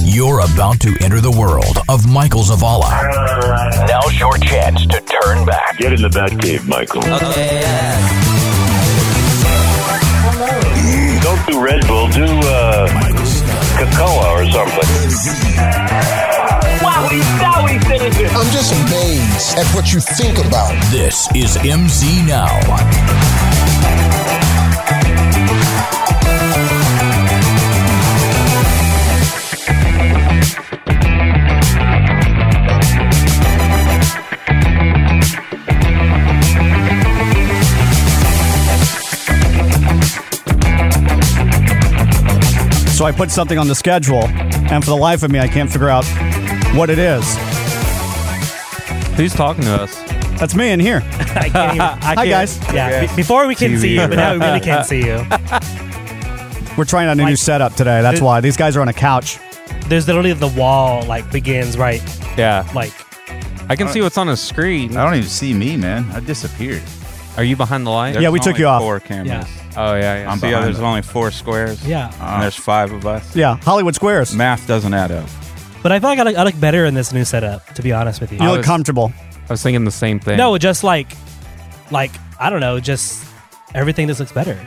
You're about to enter the world of Michael Zavala. Now's your chance to turn back. Get in the Batcave, Michael. Don't do Red Bull, do uh, Cocoa or something. Wowie, zowie, citizen. I'm just amazed at what you think about. This is MZ Now. So I put something on the schedule, and for the life of me, I can't figure out what it is. Who's talking to us? That's me in here. I can't even. I Hi, can't- guys. Yeah. be- before we can TV see you, or- but now we really can't see you. We're trying out a new Like- setup today. That's It- why these guys are on a couch. There's literally the wall like begins right Yeah, like I can see what's on the screen. I don't even see me, man. I disappeared. Are you behind the light? Yeah, we took only you off. Four cameras. Oh yeah, yeah. I'm See, behind yeah, there's them. only- only four squares. Yeah. and there's five of us. Yeah, Hollywood Squares. Math doesn't add up. But I feel like I look, I look better in this new setup, to be honest with you. You I look was- comfortable. I was thinking the same thing. no, just like like I don't know, just everything just looks better.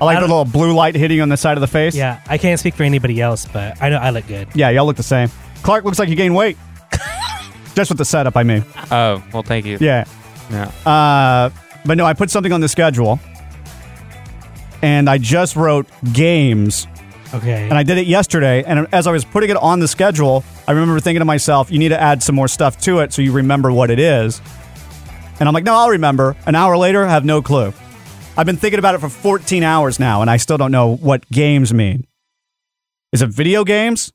I like I the don't- little blue light hitting you on the side of the face. Yeah. I can't speak for anybody else, but I know I look good. Yeah, y'all look the same. Clark looks like you gained weight. Just with the setup, I mean. Oh, well, thank you. Yeah. Yeah. Uh, but no, I put something on the schedule, and I just wrote games Okay. and I did it yesterday. And as I was putting it on the schedule, I remember thinking to myself, you need to add some more stuff to it so you remember what it is. And I'm like, no, I'll remember. An hour later, I have no clue. I've been thinking about it for 14 hours now, and I still don't know what games mean. Is it video games?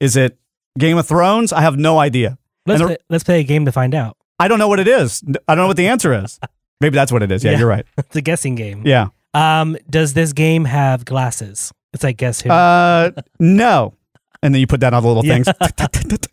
Is it Game of Thrones? I have no idea. let's, and the- play, let's play a game to find out. I don't know what it is. I don't know what the answer is. Maybe that's what it is. Yeah, Yeah. you're right. it's a guessing game. Yeah. Um, does this game have glasses? It's like guess who? Uh, no. And then you put down all the little Yeah. things.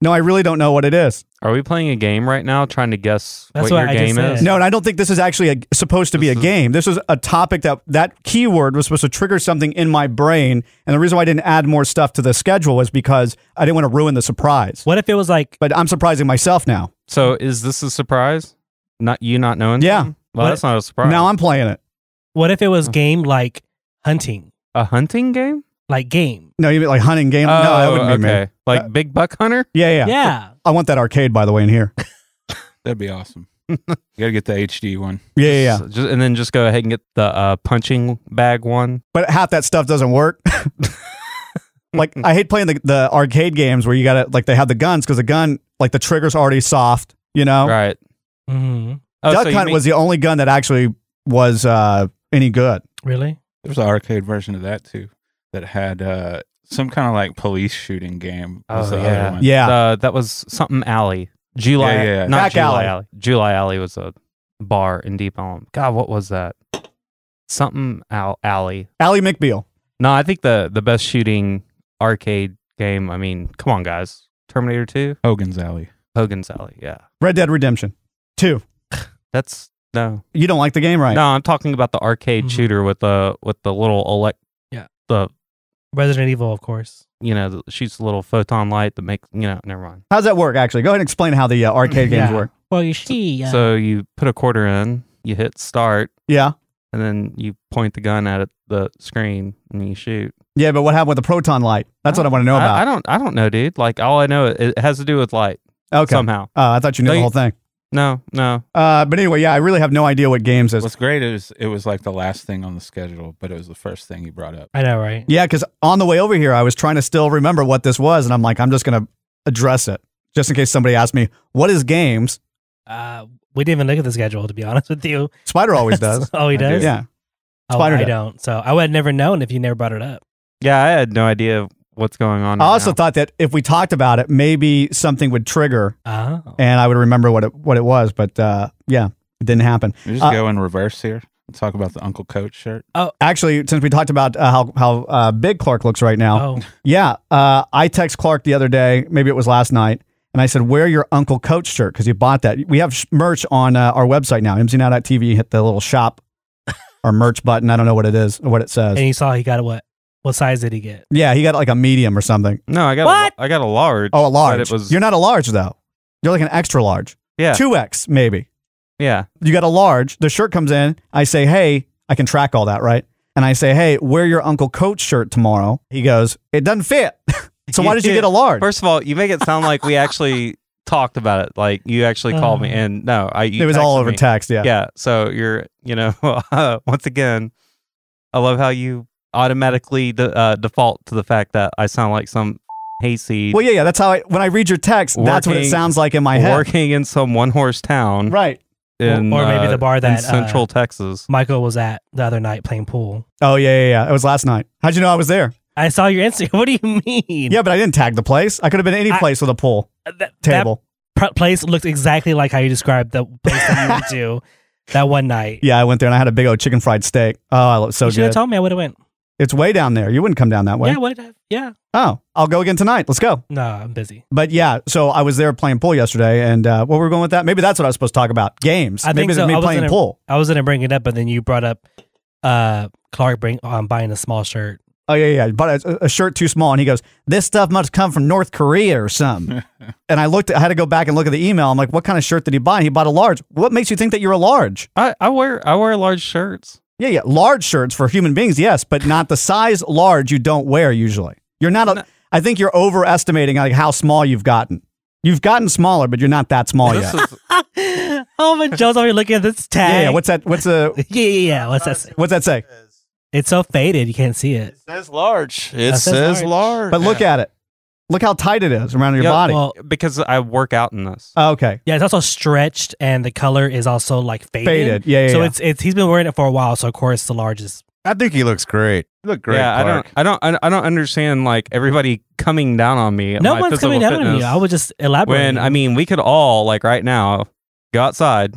no, I really don't know what it is. Are we playing a game right now, trying to guess That's what, what your I just game said. is? No, and I don't think this is actually a, supposed to be a This is- game. This is a topic that that keyword was supposed to trigger something in my brain. And the reason why I didn't add more stuff to the schedule was because I didn't want to ruin the surprise. what if it was like But I'm surprising myself now. So is this a surprise? Not you not knowing? Yeah. something? Well, What- that's not a surprise. Now I'm playing it. what if it uh. was game like hunting? a hunting game. Oh, Like game. No, you mean like hunting game? Um, no, that wouldn't be okay. me. Like Uh, Big Buck Hunter. Yeah, yeah, yeah. I want that arcade, by the way, in here. That'd be awesome. you gotta get the HD one. Yeah, yeah, yeah. So just- and then just go ahead and get the uh, punching bag one. But half that stuff doesn't work. like I hate playing the, the arcade games where you gotta like they have the guns because the gun like the trigger's already soft. You know, Right. Mm-hmm. hmm Oh, Oh. Duck so you Hunt mean- was the only gun that actually was uh, any good. Really? There's an arcade version of that too that had uh, some kind of like police shooting game. was Oh, the yeah. other one. Yeah. Uh, that was something alley. July, Yeah, yeah, yeah. not Back July alley. alley. July alley was a bar in Deep Elm. God, what was that? Something al- alley. Allie McBeal. No, I think the the best shooting arcade game. I mean, come on, guys. Terminator Two, Hogan's Alley. Hogan's Alley. Yeah, Red Dead Redemption 2. that's no, You don't like the game, right? no. I'm talking about the arcade Mhm. shooter with the with the little elect. Yeah. The Resident Evil, of course. you know that shoots the little photon light that makes you know. Never mind. How's that work, actually? Go ahead and explain how the uh, arcade games Yeah. work. Well, you see, uh, So you put a quarter in, you hit start, Yeah. and then you point the gun at the screen and you shoot. Yeah, but what happened with the proton light? That's what I want to know I, I about. don't. I don't know, dude. Like all I know, it, it has to do with light okay. somehow. Uh, I thought you knew No, the you- whole thing. No, no. Uh, but anyway, yeah, I really have no idea what games is. What's great is it was like the last thing on the schedule, but it was the first thing he brought up. I know, right? Yeah, because on the way over here, I was trying to still remember what this was, and I'm like, I'm just going to address it just in case somebody asks me, what is games? Uh, we didn't even look at the schedule, to be honest with you. Spider always does. oh, he I does. did. yeah. Oh, Spider I does. don't. So I would have never known if you never brought it up. Yeah, I had no idea what's going on. I right also now. thought that if we talked about it, maybe something would trigger Oh, and I would remember what it, what it was. But uh, yeah, it didn't happen. We just Uh, go in reverse here and talk about the Uncle Coach shirt. Actually, since we talked about uh, how how uh, big Clark looks right now, oh, yeah, uh, I text Clark the other day, maybe it was last night, and I said, "Wear your Uncle Coach shirt because you bought that." We have sh- merch on uh, our website now, mznow.tv. Hit the little shop or merch button. I don't know what it is, or what it says. and you saw he got what? What size did he get? Yeah, he got like a medium or something. No, I got What? A, I got a large. Oh, a but large. It was You're not a large though. You're like an extra large. yeah, Two X maybe. yeah. You got a large. The shirt comes in. I say, hey, I can track all that, right? And I say, hey, wear your Uncle Coach shirt tomorrow. He goes, it doesn't fit. so why did you get a large? First of all, you make it sound like we actually talked about it. Like you actually called me, Uh. and no, I you it was all texted over me. text. Yeah. yeah. So you're, you know, once again, I love how you automatically de- uh, default to the fact that I sound like some hayseed Well, yeah, yeah. That's how I, when I read your text, that's what it Working- sounds like in my head. working in some one horse town, Right. in, Or maybe uh, the bar in that, uh, Central Texas. Michael was at the other night playing pool. Oh, yeah, yeah, yeah. It was last night. How'd you know I was there? I saw your Instagram. What do you mean? Yeah, but I didn't tag the place. I could have been any I- place with a pool That- that table. pr- place looked exactly like how you described the place that you went to that one night. yeah, I went there and I had a big old chicken fried steak. Oh, I look so you should have good. told me. I would have went. it's way down there. You wouldn't come down that way. Yeah, would have. Yeah. Oh, I'll go again tonight. Let's go. No, I'm busy. But yeah, so I was there playing pool yesterday, and uh, where were we going with that? Maybe that's what I was supposed to talk about. Games. I Maybe think it's so. me I was playing gonna- pool. I was gonna bring it up, but then you brought up uh Clark bring um, buying a small shirt. Oh yeah, yeah. But a, a shirt too small, and he goes, "This stuff must come from North Korea or something." and I looked. I had to go back and look at the email. I'm like, "What kind of shirt did he buy?" And he bought a large. What makes you think that you're a large? I, I wear I wear large shirts. Yeah, yeah. Large shirts for human beings, yes, but not the size large you don't wear usually. You're not a. I think you're overestimating like how small you've gotten. You've gotten smaller, but you're not that small This yet. is oh my Joe's over here looking at this tag. yeah, yeah. What's that? What's a? yeah, yeah, yeah. What's that? Say? What's that say? It's so faded you can't see it. says large. It That says says large. But look at it. Look how tight it is around your Yeah, body. Well, because I work out in this. Oh, okay. yeah, it's also stretched and the color is also like faded. Faded. Yeah, yeah. so yeah. it's it's he's been wearing it for a while. So of course the largest. I think he looks great. You look great, yeah, Clark. I don't, I don't, I don't understand like everybody coming down on me. at No my one's physical coming down on fitness. you. I would just elaborate. when I mean we could all like right now go outside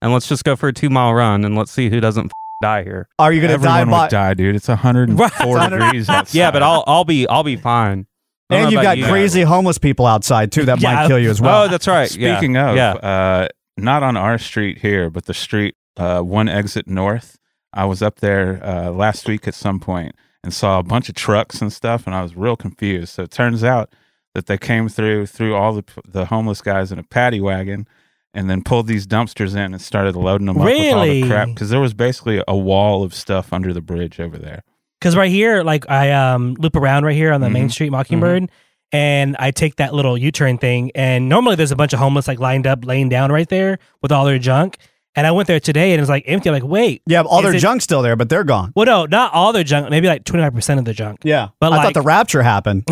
and let's just go for a two mile run and let's see who doesn't f- die here. Are you gonna die Everyone by? would die, dude. It's 104 Right. degrees outside. Yeah, but I'll I'll be I'll be fine. I And don't know you've about got you. crazy homeless people outside too that Yeah, might I- kill you as Oh, well. that's right. yeah. Speaking of, yeah, uh, not on our street here, but the street uh, one exit north. I was up there uh, last week at some point and saw a bunch of trucks and stuff, and I was real confused. So it turns out that they came through through all the the homeless guys in a paddy wagon. And then pulled these dumpsters in and started loading them up with all the Really? crap because there was basically a wall of stuff under the bridge over there. because right here, like I um loop around right here on the main Mhm. street, Mockingbird, Mm-hmm. and I take that little U turn thing. And normally there's a bunch of homeless like lined up, laying down right there with all their junk. And I went there today and it was like empty. I'm like, wait, yeah, all Is their it- junk's still there, but they're gone. well, no, not all their junk. Maybe like 25% of their junk. Yeah, But I thought like- the rapture happened.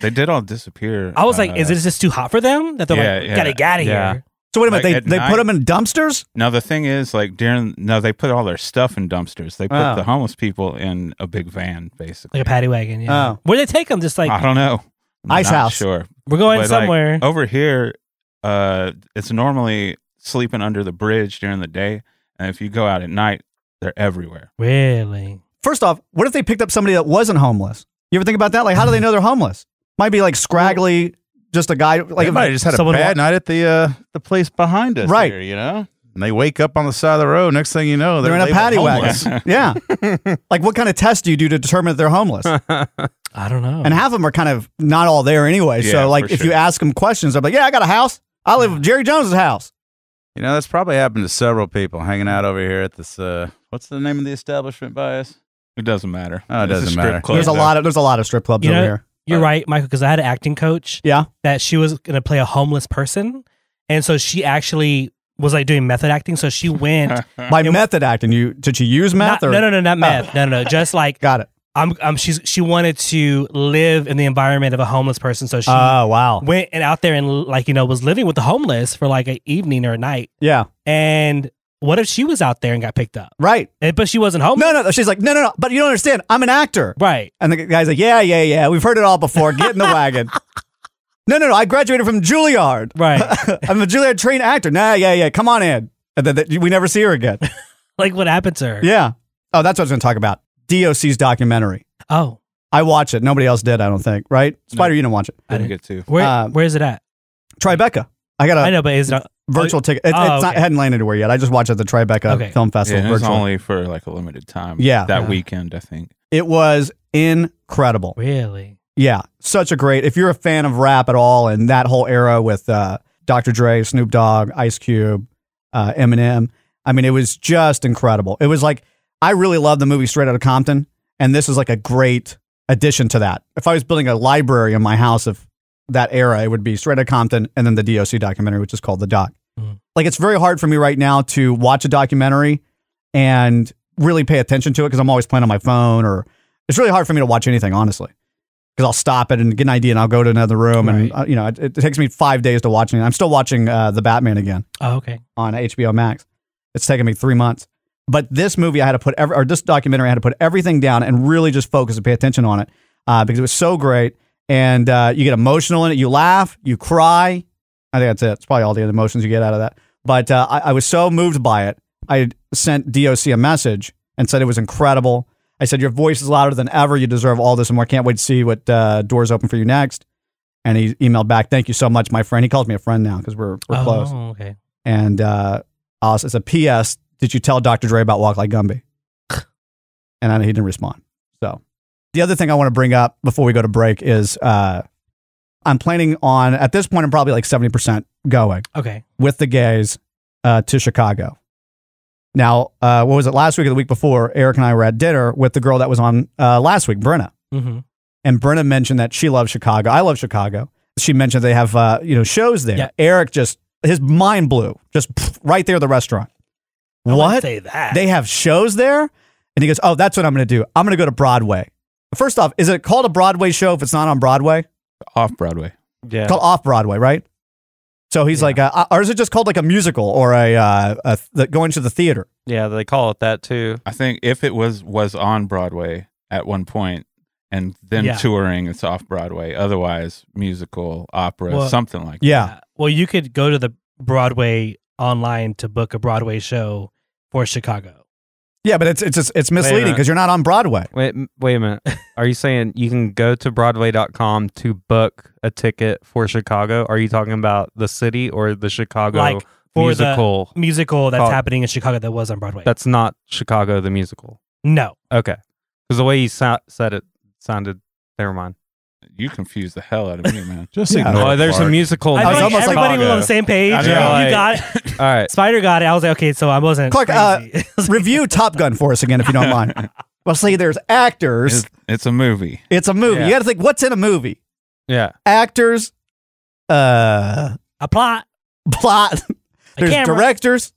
they did all disappear. I was uh, like, is it just too hot for them that they're yeah, like, yeah, gotta get out of yeah. here? So wait a minute, Like, they at they night- put them in dumpsters. Now the thing is, like during no, they put all their stuff in dumpsters. They put Oh. the homeless people in a big van, basically. Like a paddy wagon. Yeah. Oh. Where they take them? Just like, I don't know. I'm Ice not house. Sure. we're going Ah. But, like, oh. somewhere. over here, uh, it's normally sleeping under the bridge during the day, and if you go out at night, they're everywhere. Really? First off, what if they picked up somebody that wasn't homeless? You ever think about that? Like, how do they know they're homeless? Might be like scraggly, just a guy. Like, Like might have just had a someone bad wa- night at the uh, the place behind us, Right. here, you know, and they wake up on the side of the road. Next thing you know, they're, they're, in a labeled paddy homeless. wagon. yeah. Like, what kind of test do you do to determine if they're homeless? I don't know. and half of them are kind of not all there anyway. Yeah, so, like, for if sure. you ask them questions, they're like, "Yeah, I got a house. I live with Jerry Jones's house." You know, that's probably happened to several people hanging out over here at this. Uh, what's the name of the establishment by us? It doesn't matter. Oh, it It's a doesn't strip matter. club, there's a though. lot of there's a lot of strip clubs You over know- here. You're right, Michael, because I had an acting coach. Yeah. That she was going to play a homeless person. And so she actually was like doing method acting. So she went. By method acting, you did you use meth uh, not, or no, no, no, not meth. No, no, no. Just like got it? I'm, I'm, she's, she wanted to live in the environment of a homeless person. So she Oh wow, went and out there and like, you know, was living with the homeless for like an evening or a night. yeah, And what if she was out there and got picked up? right. And, but she wasn't homeless. No, no, no. She's like, no, no, no. But you don't understand. I'm an actor. Right. And the guy's like, yeah, yeah, yeah. We've heard it all before. Get in the wagon. No, no, no. I graduated from Juilliard. Right. I'm a Juilliard trained actor. Nah, yeah, yeah. Come on in. And then th- we never see her again. like what happened to her? Yeah. Oh, that's what I was going to talk about. DOC's documentary. Oh, I watched it. Nobody else did, I don't think. Right? Spider, you didn't watch it. Didn't get to. where, Um, uh, where is it at? Tribeca. I got a I know, but is it on, virtual ticket. It, oh, it's not, okay. it hadn't landed anywhere yet. I just watched it at the Tribeca Okay. Film Festival Yeah, it was virtual. only for like a limited time. Yeah. That Yeah. weekend, I think. It was incredible. Really? Yeah, such a great. If you're a fan of rap at all and that whole era with uh, Dr. Dre, Snoop Dogg, Ice Cube, uh, Eminem, I mean, it was just incredible. It was like I really love the movie Straight Outta Compton, and this is like a great addition to that. If I was building a library in my house of that era, it would be Straight Outta Compton and then the DOC documentary, which is called The Doc. Mhm. Like it's very hard for me right now to watch a documentary and really pay attention to it because I'm always playing on my phone, or it's really hard for me to watch anything, honestly because I'll stop it and get an idea and I'll go to another room and Right. uh, you know it, it takes me five days to watch it. I'm still watching uh, the Batman again Oh, okay. on HBO Max. It's taken me three months, but this movie I had to put every or this documentary I had to put everything down and really just focus and pay attention on it uh, because it was so great and uh, you get emotional in it. You laugh, you cry. I think that's it. It's probably all the other emotions you get out of that. But uh, I, I was so moved by it. I had sent DOC a message and said it was incredible. I said, Your voice is louder than ever. You deserve all this and more. Can't wait to see what uh, doors open for you next. And he emailed back, Thank you so much, my friend. He calls me a friend now because we're, we're oh, close. okay. And uh, also, it's a P.S. Did you tell Dr. Dre about Walk Like Gumby? and I, he didn't respond. So, the other thing I want to bring up before we go to break is uh, I'm planning on, at this point, I'm probably like 70% going Okay. with the gays uh, to Chicago. Now, uh, what was it last week or the week before? Eric and I were at dinner with the girl that was on uh, last week, Brenna. Mm-hmm. And Brenna mentioned that she loves Chicago. I love Chicago. She mentioned they have uh, you know shows there. Yeah. Eric just his mind blew just pff, right there at the restaurant. What Say that. they have shows there? And he goes, "Oh, that's what I'm going to do. I'm going to go to Broadway." First off, is it called a Broadway show if it's not on Broadway? Off Broadway. Yeah. It's called Off Broadway, right? So he's like, uh, or is it just called like a musical or a, uh, a th- going to the theater? Yeah, they call it that too. I think if it was was on Broadway at one point and then Yeah. touring, it's off Broadway. Otherwise, musical, opera, Well- something like that. Yeah, Well, you could go to the Broadway online to book a Broadway show for Chicago. yeah, but it's it's just, it's misleading minute. because you're not on Broadway. Wait, m- wait a minute. Are you saying you can go to Broadway.com to book a ticket for Chicago? Are you talking about the city or the Chicago Like, for the- musical? Musical that's Oh. happening in Chicago that was on Broadway. That's not Chicago the musical. no. Okay, because the way you sa- said it sounded. Never mind. You confuse the hell out of me, man. Just Yeah. ignore Oh, Oh, that there's part. a musical. I was feel like almost like everybody was on the same page. I You know, like- got it. All right. Spider got it. I was like, okay, so I wasn't. Clark, uh, crazy. Review Top Gun for us again, if you don't mind. Well, see, there's actors. It's, It's, it's a movie. a movie. Yeah. You got to think what's in a movie. Yeah. Actors, uh, a plot. plot. A There's camera. directors,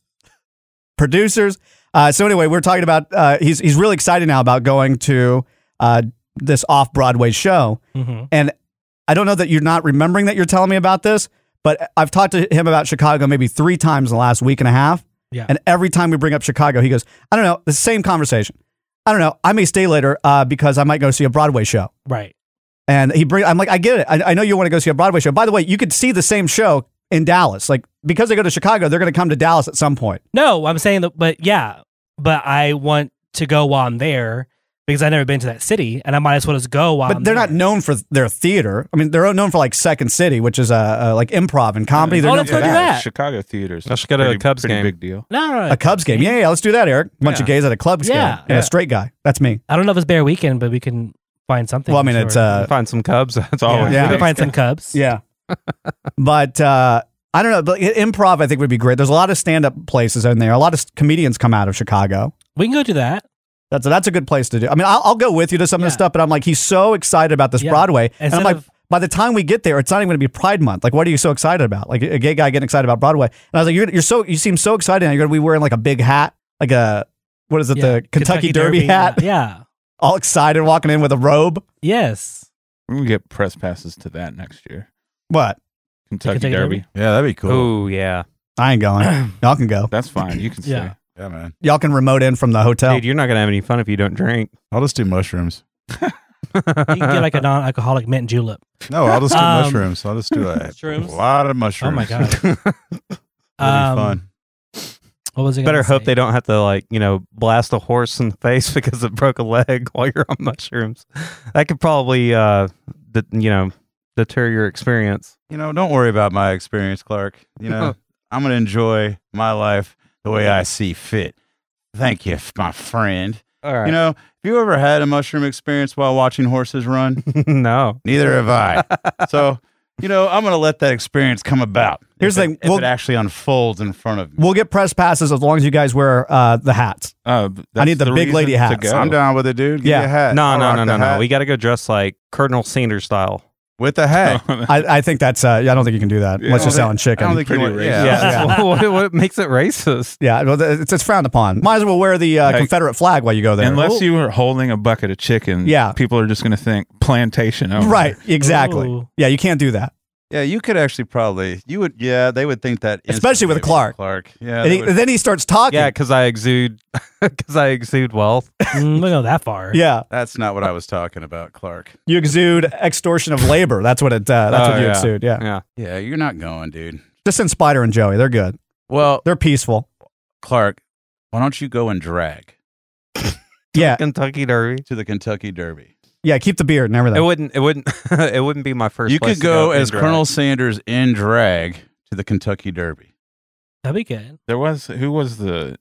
producers. Uh, so anyway, we're talking about. Uh, he's he's really excited now about going to uh, this off Broadway show. hmm And I don't know that you're not remembering that you're telling me about this, but I've talked to him about Chicago maybe three times in the last week and a half. Yeah. And every time we bring up Chicago, he goes, I don't know, the same conversation. I don't know. I may stay later uh, because I might go see a Broadway show. Right. And he bring, I'm like, I get it. I, I know you want to go see a Broadway show. By the way, you could see the same show in Dallas. Like because they go to Chicago, they're going to come to Dallas at some point. No, I'm saying that, but yeah, but I want to go while I'm there because I've never been to that city, and I might as well just go while. But I'm they're there. not known for their theater. I mean, they're known for like Second City, which is uh, uh, like improv and comedy. They're Oh, known let's for go do that. that. Chicago theaters. Let's go to a Pretty- Cubs pretty game. Big deal. No, no, no. A Cubs game. Yeah, yeah, let's do that, Eric. A bunch of Yeah. gays at a Cubs Yeah. game. And Yeah. a straight guy. That's me. I don't know if it's Bear Weekend, but we can find something. well, I I'm mean, it's sure. uh Find some Cubs. That's all. always Yeah. we can find some Cubs. yeah. but uh I don't know, but i- improv I think would be great. There's a lot of stand-up places in there. A lot of s- comedians come out of Chicago. we can go do that. That's that's a good place to do. I mean, I'll, I'll go with you to some of this Yeah. stuff, but I'm like, he's so excited about this Yeah. Broadway, and Instead I'm like, of- by the time we get there, it's not even going to be Pride Month. Like, what are you so excited about? Like a gay guy getting excited about Broadway, and I was like, you're, you're so you seem so excited. Now. You're going to be wearing like a big hat, like a what is it, Yeah. the Kentucky, Derby, hat? Yeah. All excited, walking in with a robe. Yes. We can get press passes to that next year. What? Kentucky, Kentucky Derby. Derby? Yeah, that'd be cool. Oh yeah, I ain't going. Y'all can go. That's fine. You can stay. Yeah. Yeah, man. Y'all can remote in from the hotel. dude, you're not gonna have any fun if you don't drink. I'll just do mushrooms. You can get like a non-alcoholic mint julep. No, I'll just do Um, mushrooms. I'll just do a Mushrooms? lot of mushrooms. Oh my god. That'd be Um, fun. What was it? Better hope they don't have to like you know blast a horse in the face because it broke a leg while you're on mushrooms. That could probably uh d- you know deter your experience. You know, don't worry about my experience, Clark. You know, I'm going to enjoy my life the way I see fit. Thank you, f- my friend. All right. You know, if you ever had a mushroom experience while watching horses run, no. neither have I. so, you know, I'm going to let that experience come about. Here's if the it- thing, if we'll- it actually unfolds in front of me. We'll get press passes as long as you guys wear uh, the hats. Uh, I need the big lady hat. hats. I'm down with it, dude. Give Yeah. me a hat. No, I'll no, rock no, the no, no. hat. We got to go dress like Colonel Sanders style. with the hat. I, I think that's. Uh, yeah, I don't think you can do that. Yeah. Unless you're I don't selling I chicken. don't think you Pretty want- racist. yeah. Yeah. what, what makes it racist? Yeah, well, th- it's, it's frowned upon. Might as well wear the uh, Hey. Confederate flag while you go there. Unless you were holding a bucket of chicken, Yeah. people are just going to think plantation. Owner. right, exactly. Ooh. Yeah, you can't do that. Yeah, you could actually probably you would yeah, they would think that Especially with instantly Clark. Clark. Yeah. and they he, would- then he starts talking. Yeah, because I exude, because I exude wealth. Mm, we don't go that far. Yeah, that's not what I was talking about, Clark. you exude extortion of labor. That's what it. Uh, that's Oh, what you yeah. exude. Yeah. Yeah. Yeah, you're not going, dude. just send Spider and Joey. They're good. Well, They're peaceful. Clark, why don't you go and drag Yeah, Kentucky Derby. to the Kentucky Derby? yeah. Keep the beard and It everything. wouldn't. It wouldn't. it wouldn't be my first. you place could to go, in as drag. Colonel Sanders in drag to the Kentucky Derby. That'd be good. There was who was the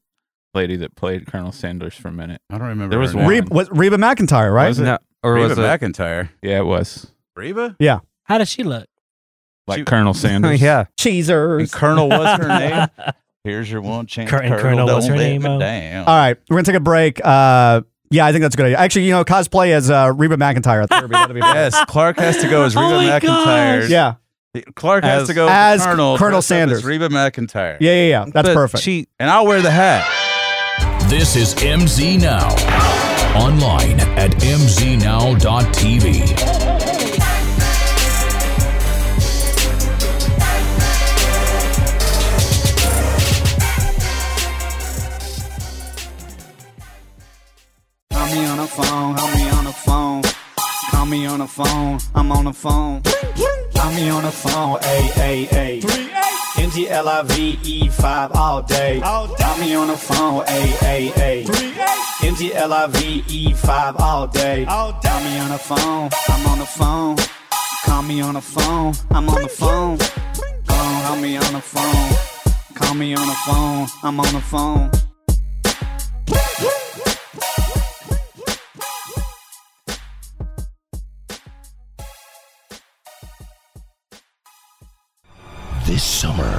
lady that played Colonel Sanders for a minute? I don't remember. There was her one. name. Reba, what, Reba McIntyre, right? Was it? No, or Reba was it? McIntyre. Yeah, it was Reba? How does she look? like She- Colonel Sanders. yeah. And Cheesers. Colonel was her name. Here's your one chance. Cur- and Colonel was Don't her let name, me oh. down. All right, we're gonna take a break. Uh, yeah, I think that's a good idea. Actually, you know, cosplay as uh, Reba McIntyre. at the Derby. That'd be fun. Yes, Clark has to go as Reba Oh my McIntyre. gosh. Yeah, Clark has As- to go as as Colonel Colonel, dressed up as Sanders. Reba McIntyre. yeah, yeah, yeah. That's But perfect. She. and I'll wear the hat. This is MZ Now. Online at mznow.tv. Call me on the phone, call me on the phone. Call me on the phone, I'm on the phone. Call me on the phone, ay, ay, ay. MGLIVE 5 E all day. Call me on the phone, ay, ay, ay. MGLIVE 5 E all day. Call me on the phone, I'm on the phone. Call me on the phone, I'm on the phone. Phone, Call me on the phone. Call me on the phone, I'm on the phone. This summer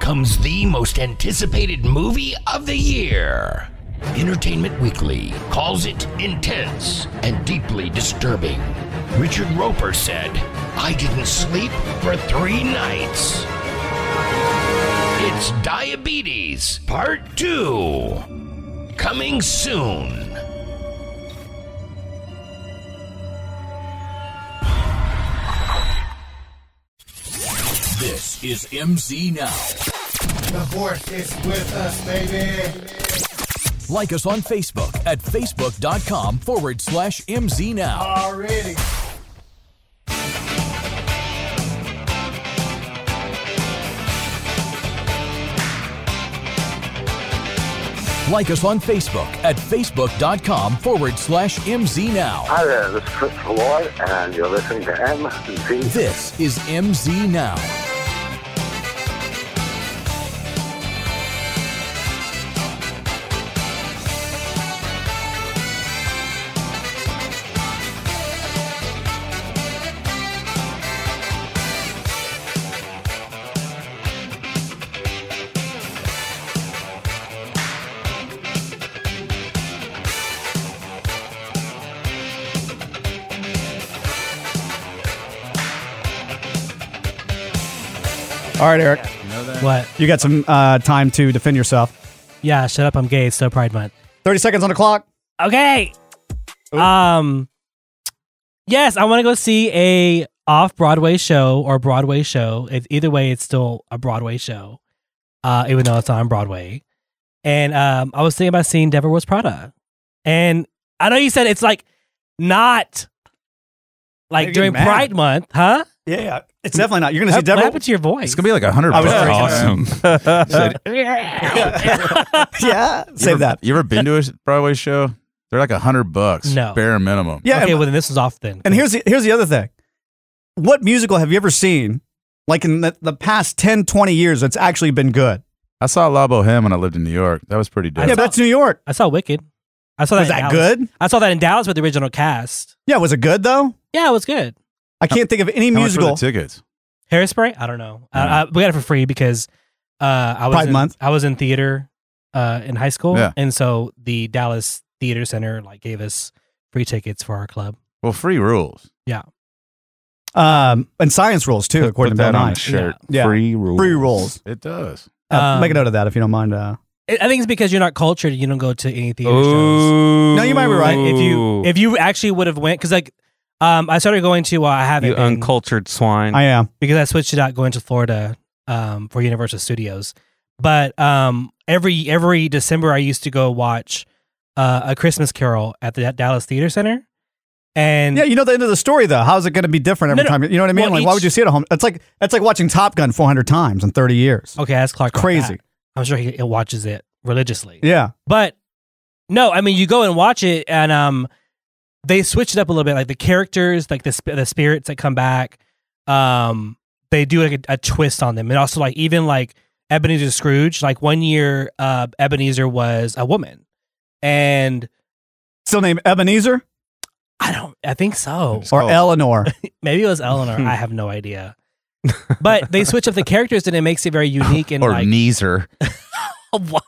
comes the most anticipated movie of the year. Entertainment Weekly calls it intense and deeply disturbing. Richard Roper said, I didn't sleep for three nights. It's Diabetes Part 2. Coming soon. This is MZ Now. The voice is with us, baby. Like us on Facebook at facebook.com forward slash MZ Now. Already. Like us on Facebook at facebook.com forward slash MZ Now. Hi there, this is Chris Lloyd, and you're listening to MZ. This is MZ Now. All right, Eric, What? you got some uh, time to defend yourself. Yeah, shut up. I'm gay. It's still Pride Month. Thirty seconds on the clock. Okay. Um. Yes, I want to go see a off Broadway show or Broadway show. It, either way, it's still a Broadway show, uh, even though it's not on Broadway. And um, I was thinking about seeing Devil Wears Prada, and I know you said it's like not You're like getting during mad. Pride Month, huh? Yeah, yeah. It's definitely not. You're gonna see What, what Deborah. happened to your voice? It's gonna be like a hundred. I was bucks. drinking. awesome. Said, yeah, You ever- save that. You ever been to a Broadway show? They're like a hundred bucks. No. bare minimum. Yeah, okay, and- well then this was off then. And here's the, here's the other thing. What musical have you ever seen, like in the, the past 10, 20 years, that's actually been good? I saw La Boheme when I lived in New York. That was pretty dope. yeah, but that's New York. I saw Wicked. I saw that. Was in that Dallas. good? I saw that in Dallas with the original cast. Yeah, was it good though? Yeah, it was good. I can't think of any How much were musical. the tickets. Hairspray? I don't know. Uh, Yeah. uh, we got it for free because uh, I was Pride in, month. I was in theater uh, in high school, Yeah. and so the Dallas Theater Center like gave us free tickets for our club. Well, free rules. Um, and science rules too, Put- according put to Bill that on Nye. a shirt. Yeah. Free rules. Free rules. It does. Uh, Um, make a note of that if you don't mind. Uh, I I think it's because you're not cultured. You don't go to any theater shows. Ooh. No, you might be right. If you if you actually would have went, because like um, I started going to uh, I haven't you been, uncultured swine. I am. because I switched it out going to Florida um, for Universal Studios. But um, every every December, I used to go watch uh, a Christmas Carol at the Dallas Theater Center, and Yeah, you know the end of the story though. How's it going to be different every No, no. time? You know what I mean? Well, like, why each- would you see it at home? It's like that's like watching Top Gun 400 times in 30 years. okay, that's Clark. about Crazy. that. I'm sure he, he watches it religiously. Yeah. But no, I mean you go and watch it, and um, they switch it up a little bit, like the characters, like the sp- the spirits that come back. Um, they do like a, a twist on them, and also like even like Ebenezer Scrooge. Like one year, uh, Ebenezer was a woman, and Still named Ebenezer I don't, I think so. or Eleanor. Maybe it was Eleanor. I have no idea. But they switch up the characters, and it makes it very unique and or like Kneeser. what?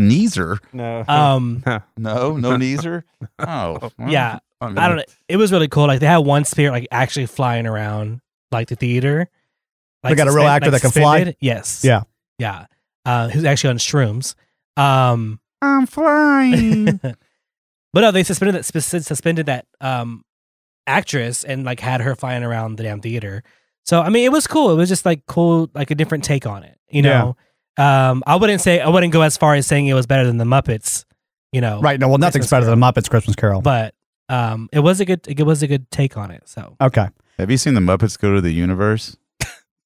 Kneeser? no. Um, No, no Kneeser? Oh. well, yeah. mean, I don't know. It was really cool. Like they had one spirit like actually flying around like the theater. They got a real suspend- actor that can fly? suspended. Yes. Yeah. Yeah. Uh, who's actually on shrooms. Um, I'm flying. but no, they suspended that sus- suspended that um actress and like had her flying around the damn theater. So I mean, it was cool. It was just like cool, like a different take on it. You know. Um, I wouldn't say I wouldn't go as far as saying it was better than the Muppets. You know. Right. No, well, nothing's Christmas better than Muppet's Christmas Carol. But um, it was a good it was a good take on it. So okay. Have you seen the Muppets Go to the Universe?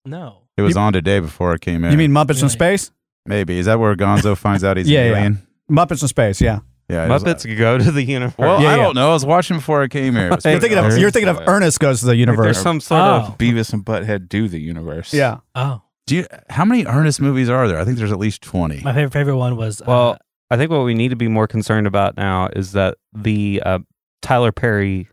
no. It was on today before it came in. You mean Muppets in Really? Space? maybe? Is that where Gonzo finds out he's Yeah, yeah. an alien? Muppets in Space. Yeah. Yeah. it was- Muppets go to the universe. Well, Yeah, I yeah. don't know. I was watching before I came here. It was You're pretty thinking of awesome. you're thinking of Ernest goes to the there's universe. some sort Oh. of Beavis and Butthead do the universe. yeah. Oh, Do you, how many Ernest movies are there? I think there's at least twenty. my favorite favorite one was Oh. uh, well. I think what we need to be more concerned about now is that the uh, Tyler Perry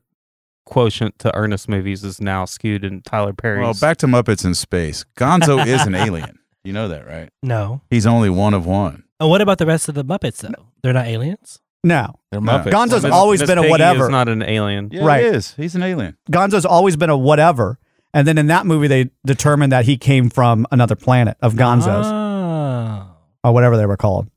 quotient to Ernest movies is now skewed in Tyler Perry's. Well, back to Muppets in Space. Gonzo is an alien. You know that, right? no. He's only one of one. And what about the rest of the Muppets though? They're not aliens. No. They're No. Muppets. Gonzo's Miss- always Miss been a Piggy whatever. Is not an alien. Yeah, Right. he is. He's an alien. Gonzo's always been a whatever. And then in that movie, they determined that he came from another planet of Gonzos Oh. or whatever they were called.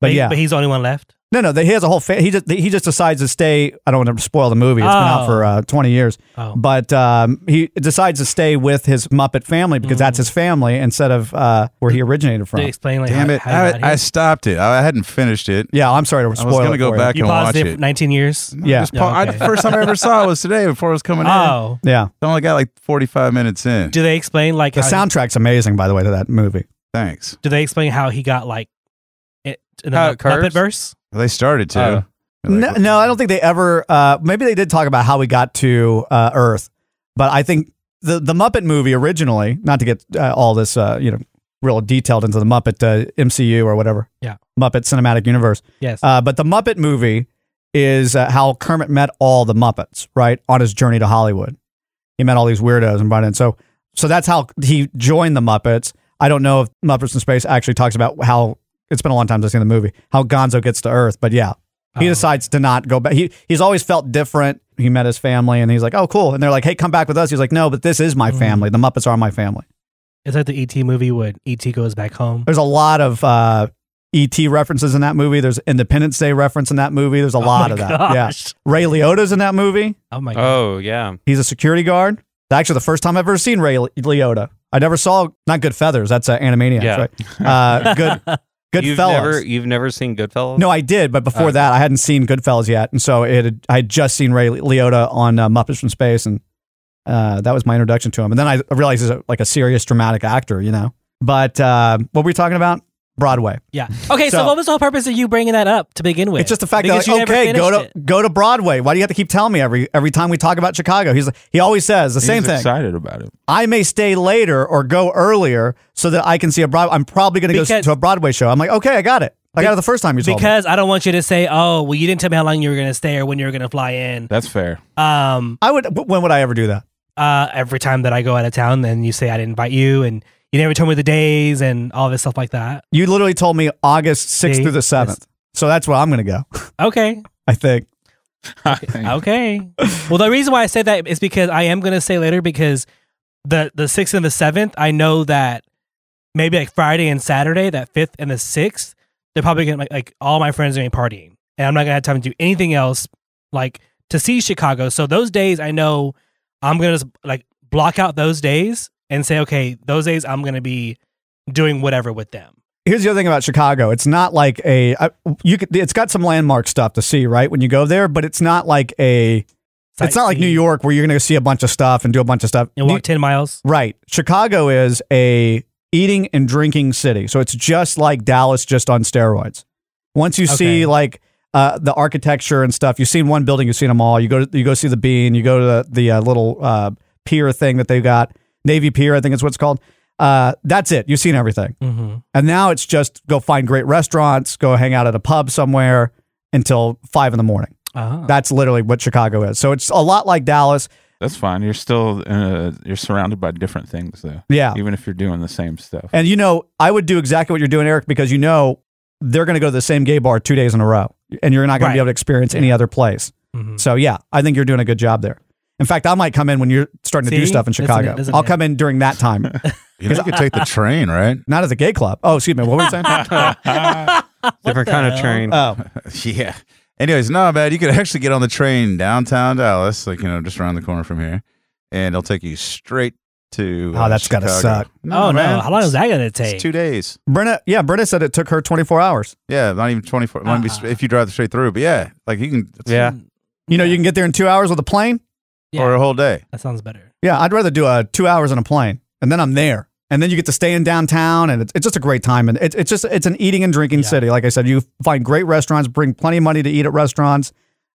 But he- yeah, but he's the only one left. no, no, they- he has a whole. Fa- he just he just decides to stay. I don't want to spoil the movie. It's been out Oh. for uh, twenty years, Oh, but um, he decides to stay with his Muppet family because that's his family instead of uh, where he originated Mm. they from. explain like Damn how, it! How he got I, I here. stopped it. I hadn't finished it. Yeah, I'm sorry to I spoil. was going it to go for you. back you and watch paused it it. for 19 years. Yeah, Just pa- I- Okay. the first time I ever saw it was today before it was coming out. Oh, yeah. I only got like 45 minutes in. do they explain like The how he- soundtrack's amazing, by the way, to that movie. Thanks. do they explain how he got like it in the How it Muppet curves? verse? They started to. Uh, They're Oh. No, like, no, I don't think they ever. Uh, maybe they did talk about how we got to uh, Earth, but I think the the Muppet movie originally, not to get uh, all this, uh, you know, real detailed into the Muppet uh, MCU or whatever, Yeah. Muppet Cinematic Universe. Yes. Uh, but the Muppet movie is uh, how Kermit met all the Muppets, right, on his journey to Hollywood. He met all these weirdos and brought in. So, so that's how he joined the Muppets. I don't know if Muppets in Space actually talks about how it's been a long time since I've seen the movie, how Gonzo gets to Earth. But yeah, he Oh. decides to not go back. He he's always felt different. He met his family and he's like, oh, cool. And they're like, hey, come back with us. He's like, no, but this is my Mm. family. The Muppets are my family. It's like the ET movie when ET goes back home. There's a lot of uh, ET references in that movie. The's Independence Day reference in that movie. There's a lot Oh my of that. Yeah. gosh. Ray Liotta's in that movie. Oh my god. Oh yeah. He's a security guard. Actually, the first time I've ever seen Ray Liotta. I never saw not Good Feathers. That's uh, Animaniacs, Yeah. right? Uh, good Good you've Fellas. never you've never seen Goodfellas? No, I did, but Uh. before that, I hadn't seen Goodfellas yet, and so it had, I had just seen Ray Liotta on uh, Muppets from Space, and uh, that was my introduction to him. And then I realized he's a, like a serious dramatic actor, you know. But uh, what were we talking about? Broadway. Yeah. Okay. So, So- what was the whole purpose of you bringing that up to begin with? It's just the fact Because that like, you never okay, go to finished it. go to Broadway. Why do you have to keep telling me every every time we talk about Chicago? He's like, he always says the same He's thing. Excited about it. I may stay later or go earlier so that I can see a Broadway. I'm probably going to go s- Because- to a Broadway show. I'm like, okay, I got it. I got it the first time you told me. because I don't want you to say, "Oh, well, you didn't tell me how long you were going to stay or when you were going to fly in." That's fair. Um, I would. w- When would I ever do that? uh, every time that I go out of town, then you say I didn't invite you, and you never told me the days and all this stuff like that. You literally told me August 6th See? through the 7th. So that's where I'm going to go. Okay. I think. Okay. well, the reason why I said that is because I am going to say later because the the sixth and the seventh, I know that maybe like Friday and Saturday, that fifth and the sixth, they're probably going to like, like all my friends are going to be partying, and I'm not going to have time to do anything else like to see Chicago. So those days, I know I'm going to like block out those days and say, okay, those days I'm going to be doing whatever with them. Here's the other thing about Chicago. It's not like a I- you could it's got some landmark stuff to see, right? When you go there, but it's not like a it's not like New Sightseeing York where you're going to see a bunch of stuff and do a bunch of stuff. and New- walk ten miles. Right. Chicago is a eating and drinking city. So it's just like Dallas, just on steroids. Once you Okay. see like uh, the architecture and stuff, you've seen one building, you've seen them all. You go, to, you go see the Bean, you go to the, the uh, little uh, pier thing that they've got, Navy Pier, I think it's what it's called. Uh, that's it. You've seen everything. Mm-hmm. And now it's just go find great restaurants, go hang out at a pub somewhere until five in the morning. Uh-huh. That's literally what Chicago is. So it's a lot like Dallas. That's fine. You're still uh, you're surrounded by different things though. Yeah. Even if you're doing the same stuff. And you know, I would do exactly what you're doing, Eric, because you know they're going to go to the same gay bar two days in a row, and you're not going to Right. be able to experience any other place. Mhm. So yeah, I think you're doing a good job there. In fact, I might come in when you're starting to See? do stuff in Doesn't it- Chicago. doesn't I'll it? come in during that time, You know, you could take the train, right? not as a gay club. Oh, excuse me, what were you saying? Different kind of train. oh, yeah. Anyways, no, man, you could actually get on the train downtown Dallas, like you know, just around the corner from here, and it'll take you straight to. uh, Oh, that's gotta Chicago. suck. oh man. no! How long is that going to take? It's two days. Brenna, yeah, Brenna said it took her 24 hours. Yeah, not even twenty four. Might be Uh-uh. if you drive straight through, but yeah, like you can. Yeah. You know, you can get there in two hours with a plane. Yeah. or a whole day. that sounds better. Yeah, I'd rather do a two hours on a plane, and then I'm there, and then you get to stay in downtown, and it's, it's just a great time, and it's it's just it's an eating and drinking Yeah. city. Like I said, you find great restaurants, bring plenty of money to eat at restaurants.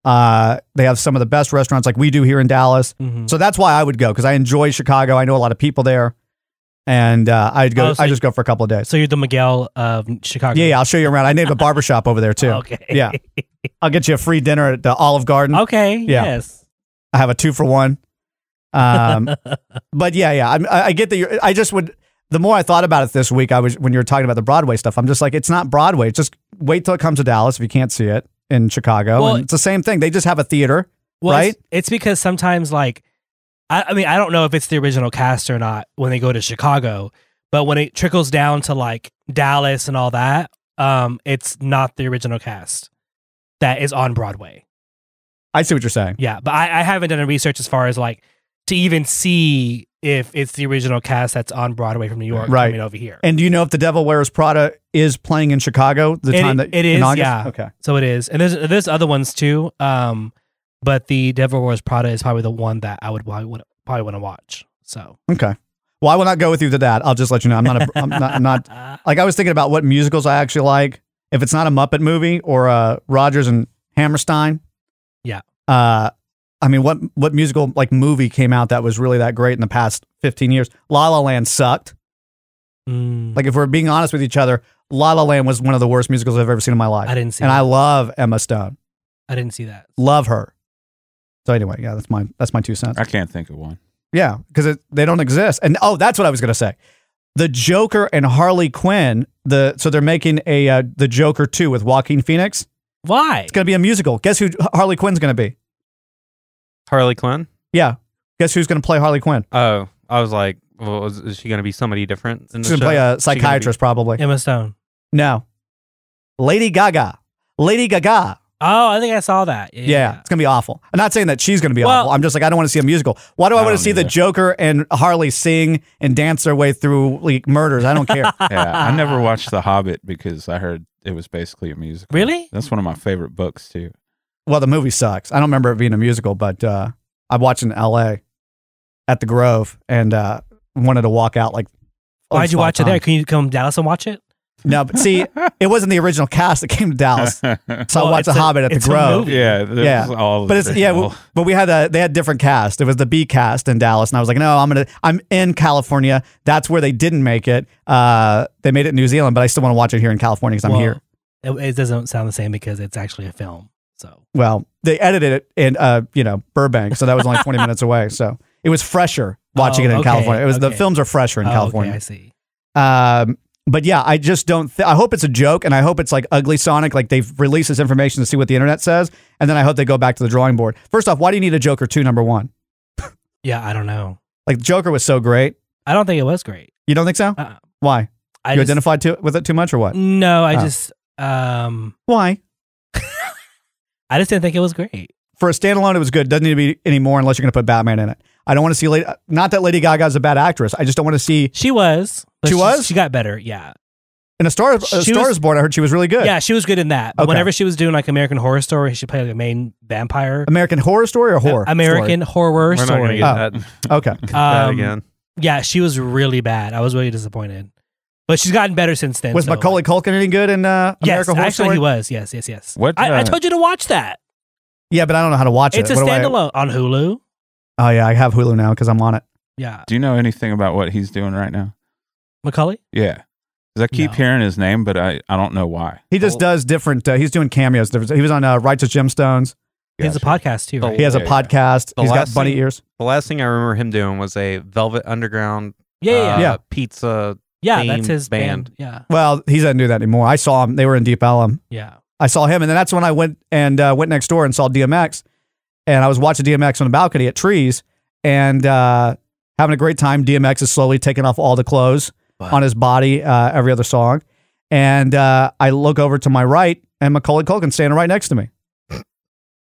Uh, they have some of the best restaurants, like we do here in Dallas. Mhm. So that's why I would go because I enjoy Chicago. I know a lot of people there, and uh, I'd go. Oh, so I you- just go for a couple of days. So you're the Miguel of Chicago. Yeah, yeah, I'll show you around. I named a barber shop over there too. Okay. Yeah, I'll get you a free dinner at the Olive Garden. Okay. Yeah. Yes. I have a two for one. Um, but yeah, yeah, I, I get that. You're, I just would. The more I thought about it this week, I was when you were talking about the Broadway stuff. I'm just like, it's not Broadway. It's just wait till it comes to Dallas if you can't see it in Chicago. Well- and it's the same thing. They just have a theater. Well, Right? It's, it's because sometimes, like, I, I mean, I don't know if it's the original cast or not when they go to Chicago, but when it trickles down to like Dallas and all that, um, it's not the original cast that is on Broadway. I see what you're saying. Yeah, but I, I haven't done a research as far as like to even see if it's the original cast that's on Broadway from New York Right. coming over here. And do you know if The Devil Wears Prada is playing in Chicago the It- time that it in is, August? yeah. Okay. So it is, and there's there's other ones too. Um, but the Devil Wars Prada is probably the one that I would probably would probably want to watch. So Okay. Well, I will not go with you to that. I'll just let you know. I'm not. A, I'm not. I'm not uh, like I was thinking about what musicals I actually like. If it's not a Muppet movie or uh, Rogers and Hammerstein, Yeah. Uh, I mean, what what musical like movie came out that was really that great in the past fifteen years? La La Land sucked. mm, Like if we're being honest with each other, La La Land was one of the worst musicals I've ever seen in my life. I didn't see and that. I love Emma Stone, I didn't see that. love her. So anyway, yeah, that's my that's my two cents. I can't think of one. Yeah, because they don't exist. And oh, that's what I was gonna say. The Joker and Harley Quinn. The so they're making a uh, the Joker two with Joaquin Phoenix. Why? It's gonna be a musical. Guess who Harley Quinn's gonna be? Harley Quinn. Yeah. Guess who's gonna play Harley Quinn? Oh, I was like, well, is, is she going to be somebody different? In the She's gonna show? play a Is she gonna be- psychiatrist, probably. Emma Stone. No. Lady Gaga. Lady Gaga. Oh, I think I saw that. Yeah. Yeah. it's gonna be awful. I'm not saying that she's gonna be Well- awful. I'm just like I don't want to see a musical. Why do I, I want don't to see the either. Joker and Harley sing and dance their way through like murders? I don't care. Yeah. I never watched The Hobbit because I heard it was basically a musical. Really? That's one of my favorite books too. Well, the movie sucks. I don't remember it being a musical, but uh, I watched it in L.A. at the Grove and uh, wanted to walk out like. Why'd like you five watch it there? times. Can you come to Dallas and watch it? No, but see, it wasn't the original cast that came to Dallas. So I Oh, watched The it's a- Hobbit at the it's a Grove. movie. Yeah, this yeah, is all but it's yeah, original. w- but we had a they had different cast. It was the B cast in Dallas, and I was like, no, I'm gonna I'm in California. That's where they didn't make it. Uh, they made it in New Zealand, but I still want to watch it here in California because I'm Well, here. It, it doesn't sound the same because it's actually a film. So Well, they edited it in uh, you know Burbank, so that was only 20 minutes away. So it was fresher watching Oh, it in okay, California. It was the okay. films are fresher in Oh, okay, California. I see. Um, but yeah, I just don't. Th- I hope it's a joke, and I hope it's like ugly Sonic. Like they've released this information to see what the internet says, and then I hope they go back to the drawing board. First off, why do you need a Joker two? Number one, Yeah, I don't know. like Joker was so great. I don't think it was great. You don't think so? Uh-uh. why? I you just, identified to, with it too much or what? No, I Oh. just um Why? I just didn't think it was great. For a standalone, it was good. Doesn't need to be any more unless you're going to put Batman in it. I don't want to see Lady. Not that Lady Gaga's a bad actress. I just don't want to see She was. but She was? She got better. Yeah. in a Star. A She Star was- is Born. I heard she was really good. Yeah, she was good in that. But Okay. whenever she was doing like American Horror Story, she played like a main vampire. American Horror Story or horror? American Horror We're not going to Story. get Oh. that, Story? Okay. that Um, again. Yeah, she was really bad. I was really disappointed. But she's gotten better since then. Was so, Macaulay like- Culkin any good in uh, Yes, American Horror actually Story? he was. Yes, yes, yes. What, I, I uh, told you to watch that. Yeah, but I don't know how to watch It's it. a What do I- standalone on Hulu. Oh yeah, I have Hulu now because I'm on it. Yeah. Do you know anything about what he's doing right now? Macaulay? Yeah. Because I keep No. hearing his name, but I, I don't know why. He Oh. just does different. Uh, he's doing cameos. Different. He was on uh, Righteous Gemstones. He has a podcast too, right? He has a Yeah, yeah. podcast. The He's got last bunny thing- ears. The last thing I remember him doing was a Velvet Underground Yeah, yeah, uh, yeah. Yeah. pizza. Yeah, that's themed his band. band. Yeah, Well, he doesn't do that anymore. I saw him. They were in Deep Ellum. yeah. I saw him, and then that's when I went and uh, went next door and saw DMX. And I was watching DMX on the balcony at Trees and uh, having a great time. DMX is slowly taking off all the clothes on his body uh, every other song. And uh, I look over to my right, and Macaulay Culkin standing right next to me.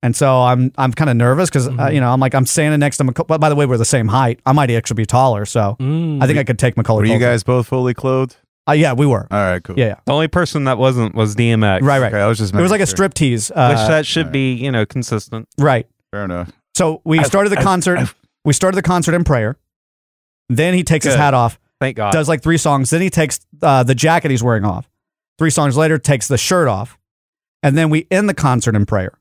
And so I'm I'm kind of nervous because uh, Mm-hmm. Mhm. you know I'm like I'm standing next to Macaulay. But by the way, we're the same height. I might actually be taller, so Mm. I think I could take Macaulay. Mm-hmm. Were you Culkin. guys both fully clothed? Uh, yeah, we were. All right, cool. Yeah, The only person that wasn't was DMX. Right, right. Okay, I was just. It was like a making sure. strip tease. Which Uh, that should be, you know, consistent. right. Fair enough. So we started the concert. we started the concert in prayer. Then he takes his Good. hat off, Thank God. does like three songs. Then he takes uh, the jacket he's wearing off. Three songs later, takes the shirt off, and then we end the concert in prayer,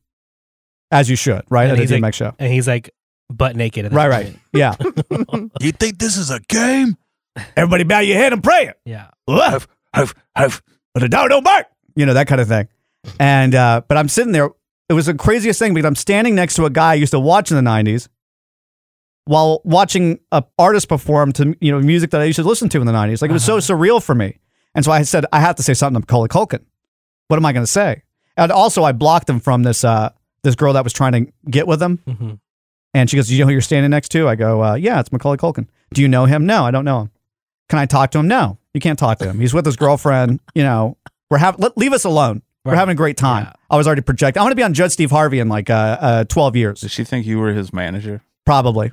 as you should, right? And At a he's like- DMX show. and he's like butt naked. At that Right, right. point. Yeah. You think this is a game? Everybody bow your head in prayer. Yeah. Love, love, love, but the dog don't bark. You know that kind of thing. And uh, but I'm sitting there. It was the craziest thing because I'm standing next to a guy I used to watch in the '90s, while watching a artist perform to you know music that I used to listen to in the '90s. Like it was so surreal for me. And so I said, I have to say something to Macaulay Culkin. What am I going to say? And also, I blocked him from this uh, this girl that was trying to get with him. hmm And she goes, "You know who you're standing next to?" I go, uh, "Yeah, it's Macaulay Culkin." Do you know him? No, I don't know him. Can I talk to him? No, you can't talk to him. He's with his girlfriend. You know, we're having let, leave us alone. We're Right. having a great time. Yeah. I was already projecting. I'm going to be on Judge Steve Harvey in like uh, uh, 12 years, Does she think you were his manager? probably,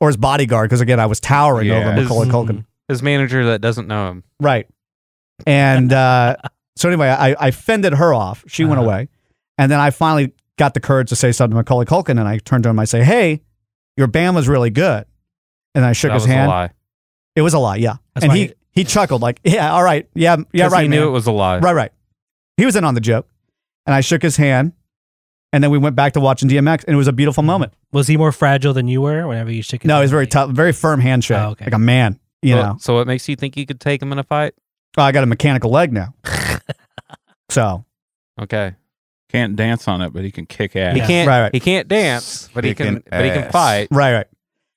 or his bodyguard. Because again, I was towering Yeah. over Macaulay Culkin, his manager that doesn't know him. right? And uh, so anyway, I, I fended her off. She went Uh-huh. away, and then I finally got the courage to say something to Macaulay Culkin, and I turned to him. I say, "Hey, your band was really good," and I shook that his was hand. a lie. It was a lie, yeah. That's and why he, he- he chuckled like, yeah, all right, yeah, yeah, 'Cause right, He knew man. it was a lie. right, right. He was in on the joke, and I shook his hand, and then we went back to watching DMX, and it was a beautiful moment. Was he more fragile than you were? Whenever you shook. his No, hand? he's very tough, very firm handshake, Oh, okay. like a man. You So- know, So what makes you think you could take him in a fight? Oh, I got a mechanical leg now, so Okay. Can't dance on it, but he can kick ass. He Yeah. can't Right, right. he can't dance, but he can Kicking but he can ass. fight. right, right.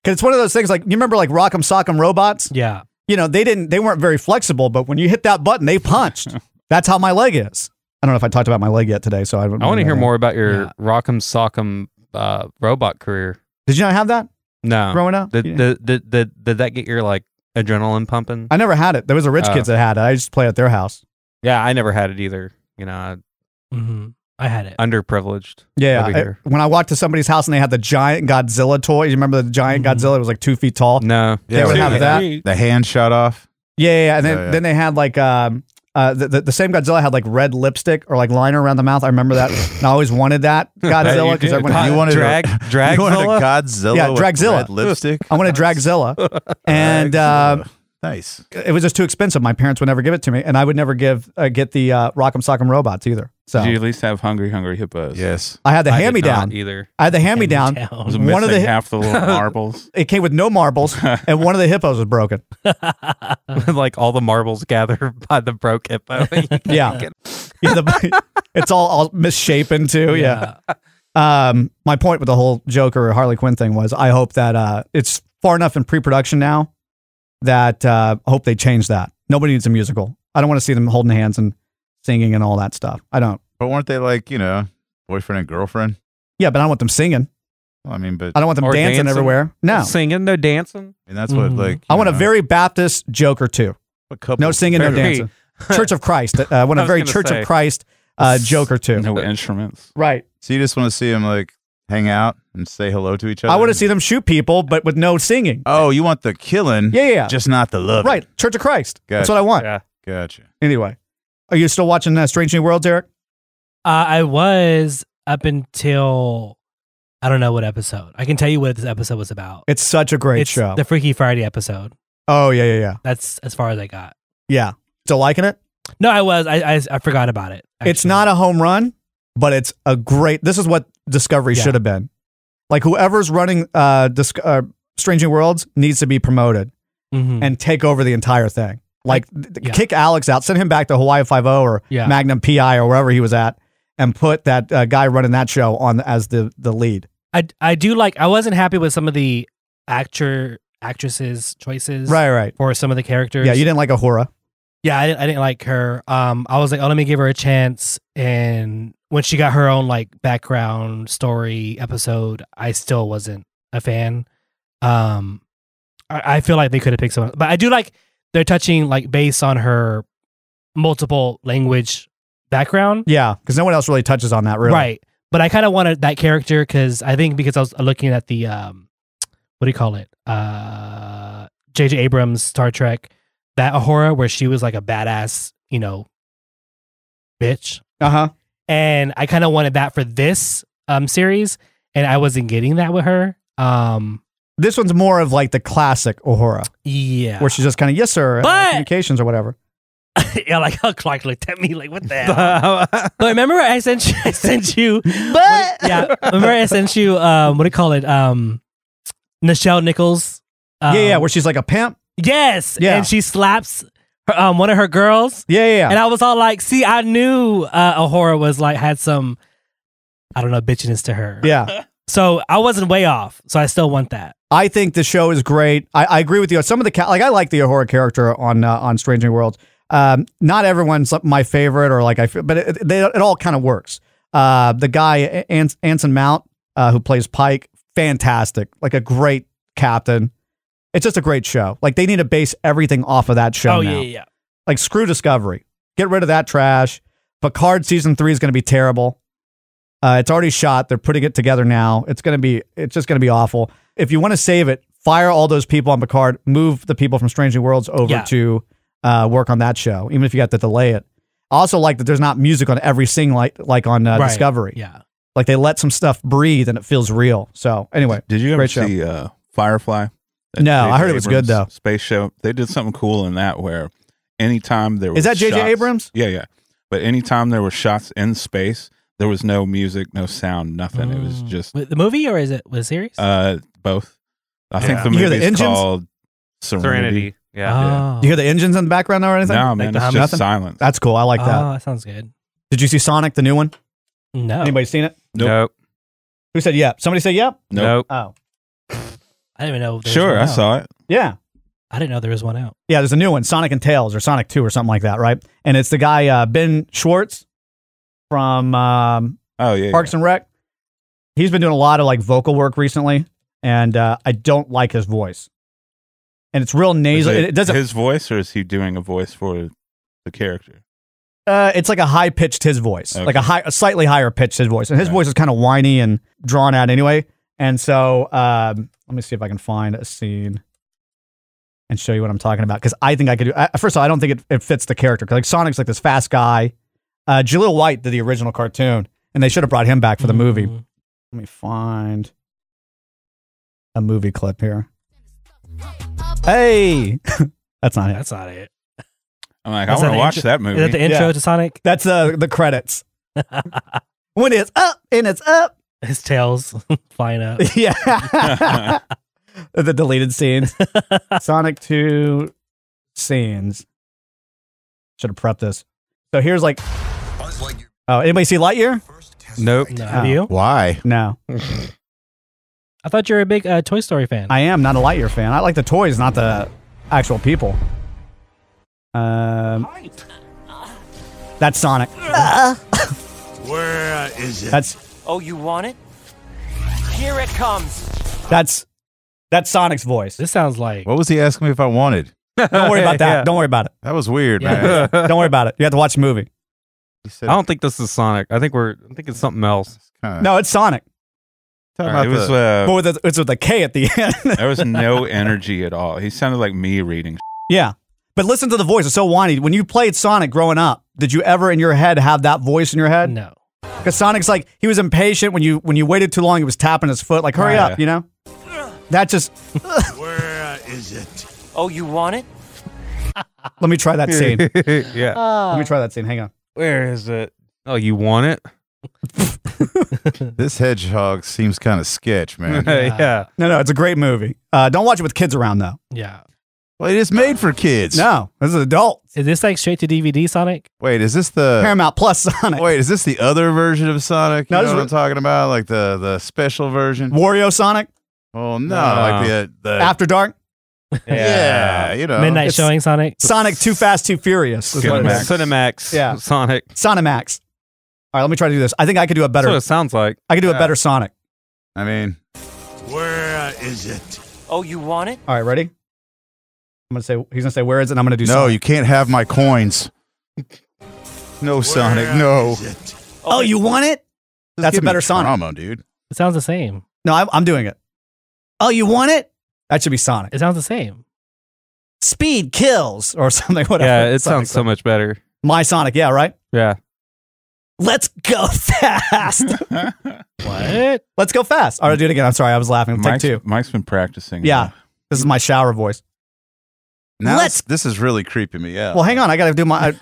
Because it's one of those things like you remember like Rock'em Sock'em Robots. Yeah. You know, they didn't, they weren't very flexible, but when you hit that button, they punched. That's how my leg is. I don't know if I talked about my leg yet today, so I. don't I want to really hear know. more about your Yeah. Rock'em Sock'em uh, robot career. Did you not have that No. growing up? Did, You- did, did, did, did that get your like adrenaline pumping? I never had it. There was a rich Oh. kids that had it. I just play at their house. yeah, I never had it either. You know, I- hmm I had it. underprivileged. Yeah, over I- here. when I walked to somebody's house and they had the giant Godzilla toy, you remember the giant Mhm. Godzilla? It was like two feet tall. No, They would with have the- that. The hand shot off. Yeah, yeah, yeah. and then Oh, yeah. then they had like um uh the, the, the same Godzilla had like red lipstick or like liner around the mouth. I remember that. and I always wanted that Godzilla because I did. went. You I wanted drag a, drag You wanted a Godzilla. Yeah, with Dragzilla. red lipstick. wanted Dragzilla, and uh, Nice. It was just too expensive. My parents would never give it to me, and I would never give uh, get the uh, Rock'em Sock'em Robots either. So Did you at least have hungry, hungry hippos? Yes. I had the I did hand me not down. either. I had the hand me down. I was One of missing the hi- half the little marbles. it came with no marbles, and one of the hippos was broken. like all the marbles gather by the broke hippo. Yeah. Yeah, the- it's all, all misshapen too. Yeah. Um, my point with the whole Joker or Harley Quinn thing was I hope that uh, it's far enough in pre production now that uh, I hope they change that. Nobody needs a musical. I don't want to see them holding hands and singing and all that stuff. I don't. But weren't they like, you know, boyfriend and girlfriend? Yeah, but I don't want them singing. Well, I mean, but I I don't want them Or dancing, dancing. everywhere. No. singing, no dancing. mean, that's what, Mhm. like, you Mm. I want a know, very Baptist Joker too. a couple. No singing, no Very- dancing. Church of Christ. Uh, I want a I was very gonna Church say. of Christ uh, Joker too. No instruments. Right. So you just want to see them like hang out and say hello to each other? I want to see them shoot people, but with no singing. Uh, Oh, you want the killing? Yeah, yeah, yeah. Just not the love. Right, Church of Christ. That's Gotcha. what I want. Yeah. Gotcha. Anyway, are you still watching uh, Strange New Worlds, Eric? Uh, I was up until I don't know what episode. I can tell you what this episode was about. It's such a great It's show. the Freaky Friday episode. oh yeah, yeah, yeah, That's as far as I got. yeah. Still liking it? No, I was. I I, I forgot about it. It's not a home run, but it's a great. This is what Discovery Yeah. should have been. Like whoever's running uh, Dis- uh Strange New Worlds needs to be promoted hmm and take over the entire thing. Like th- th- yeah. kick Alex out, send him back to Hawaii Five O or Yeah. Magnum PI or wherever he was at, and put that uh, guy running that show on as the the lead. I I do like. I wasn't happy with some of the actor actresses choices. Right, right. For some of the characters. Yeah, you didn't like Ahura. Yeah, I didn't, I didn't like her. Um, I was like, oh, let me give her a chance. And when she got her own like background story episode, I still wasn't a fan. Um, I, I feel like they could have picked someone, but I do like they're touching like based on her multiple language background, Yeah, because no one else really touches on that, really. right? But I kind of wanted that character because I think because I was looking at the um, what do you call it? Uh, J.J. Abrams Star Trek, that Ahura where she was like a badass, you know, bitch, Uh huh. and I kind of wanted that for this um series, and I wasn't getting that with her. Um, This one's more of like the classic Uhura, yeah, where she's just kind of yes sir, and But- communications or whatever. yeah, like how Clark looked at me like, what the hell? Yeah. but remember, I sent you, I sent you, but yeah, remember I sent you, um, what do you call it? Um, Nichelle Nichols. Um, yeah, yeah, where she's like a pimp. yes, Yeah. and she slaps her, um one of her girls. Yeah, yeah, And yeah. I was all like, see, I knew uh, Ahura was like, had some, I don't know, bitchiness to her. yeah. So I wasn't way off. So I still want that. I think the show is great. I, I agree with you. Some of the ca- like I like the Uhura character on uh, on Strange New Worlds. Um, not everyone's my favorite or like I, f- but it, they, it all kind of works. Uh, the guy A- An- Anson Mount uh, who plays Pike, fantastic, like a great captain. It's just a great show. Like they need to base everything off of that show. oh, now. yeah, yeah, like screw discovery get rid of that trash picard season three is going to be terrible uh, it's already shot they're putting it together now it's going to be it's just going to be awful if you want to save it fire all those people on picard move the people from strange new worlds over Yeah. to uh, work on that show even if you got to delay it I also like that there's not music on every sing like like on uh, Right. discovery yeah. like they let some stuff breathe and it feels real so anyway Did you ever Great show. see uh, Firefly? That No, J.J. I heard it was good, Abrams though. Space show. They did something cool in that where anytime there is was that jj shots- abrams Yeah, yeah. But anytime there were shots in space, there was no music, no sound, nothing. It was Mm. just Wait, the movie or is it was it series? Oh, uh, both. I Yeah. think the You hear the movie is engines? called Serenity. Serenity. Yeah. Oh. do you hear the engines in the background or anything No, man, the it's hum- just nothing? silence. that's cool i like that Oh, that sounds good. did you see sonic the new one No, anybody seen it Nope. Nope. who said yep somebody said yep Nope. Nope. Oh, I didn't even know. there was Sure, one I out. saw it. yeah. I didn't know there was one out. Yeah, there's a new one, Sonic and Tails or Sonic 2 or something like that, right? And it's the guy, uh, Ben Schwartz from um, Oh yeah. Parks and Rec. He's been doing a lot of like vocal work recently, and uh, I don't like his voice. And it's real yeah. Is nasal. It, it doesn't, his voice, or is he doing a voice for the character? uh, it's like a high pitched his voice, Okay. like a, high, a slightly higher pitched his voice. And his Okay. voice is kind of whiny and drawn out anyway. And so um, let me see if I can find a scene and show you what I'm talking about. Because I think I could do, I, first of all, I don't think it, it fits the character. 'Cause, like Sonic's like this fast guy. Uh, Jaleel White did the original cartoon, and they should have brought him back for the movie. Mm. Let me find a movie clip here. Hey, That's not it. That's not it. I'm like, That's not I want the to watch intro- that Is movie. that the intro Yeah. to Sonic? That's uh, the credits. when it's up and it's up. His tails flying up. Yeah. the deleted scenes. Sonic 2 scenes. Should have prepped this. So here's like. Oh, anybody see Lightyear? Nope. No, have you? Why? No. I thought you were a big uh, Toy Story fan. I am not a Lightyear fan. I like the toys, not the actual people. Um, that's Sonic. Where is it? That's Oh, you want it? Here it comes. that's that's Sonic's voice. this sounds like What was he asking me if I wanted? Don't worry about that. Don't worry about it. That was weird, Yeah. man. Don't worry about it. You have to watch the movie. He said, I don't think this is Sonic. I think we're. I think it's something else. kinda- No, it's Sonic, talking It about was the- but uh, with a, it's with a K at the end. there was no energy at all. He sounded like me reading. yeah, but listen to the voice. It's so whiny. When you played Sonic growing up, did you ever in your head have that voice in your head? no. Because Sonic's like he was impatient when you when you waited too long. He was tapping his foot like, "Hurry Yeah. up!" You know. That just Oh, you want it? let me try that scene. Let yeah. Uh, me try that scene. Hang on. Uh, Where is it? Oh, you want it? this hedgehog seems kind of sketch, man. yeah. No, no, it's a great movie. Uh, don't watch it with kids around though. Yeah. Wait, it's made for kids. No, this is adult. Is this like straight to DVD Sonic? Wait, is this the Paramount Plus Sonic. wait? Is this the other version of Sonic? You No, know this what is- I'm talking about, like the the special version. Wario Sonic Oh no, No. like the the After Dark. yeah, you know, Midnight it's- showing Sonic. Sonic Too Fast Too Furious. is what it Cinemax. is. Cinemax. Yeah. Sonic. Sonamax. All right, let me try to do this. I think I could do a That's better. what it sounds like. I could do a better Sonic. I mean, Oh, you want it? All right, ready? I'm gonna say he's gonna say where is it? And I'm gonna do no, Sonic. you can't have my coins. No, Sonic, no. Oh, you want it? That's a Give me better Sonic. trauma, dude. It sounds the same. No, I'm, I'm doing it. Oh, you want it? That should be Sonic. It sounds the same. Speed kills or something. Whatever. Yeah, it Sonic's sounds so like- much better. My Sonic. Yeah, right. Yeah. Let's go fast. What? Let's go fast. All right, do it again. I'm sorry, I was laughing. Take Mike's, two. Mike's been practicing. Yeah. This is my shower voice. Now Let's- this, this is really creeping me out. Well, hang on. I gotta do my.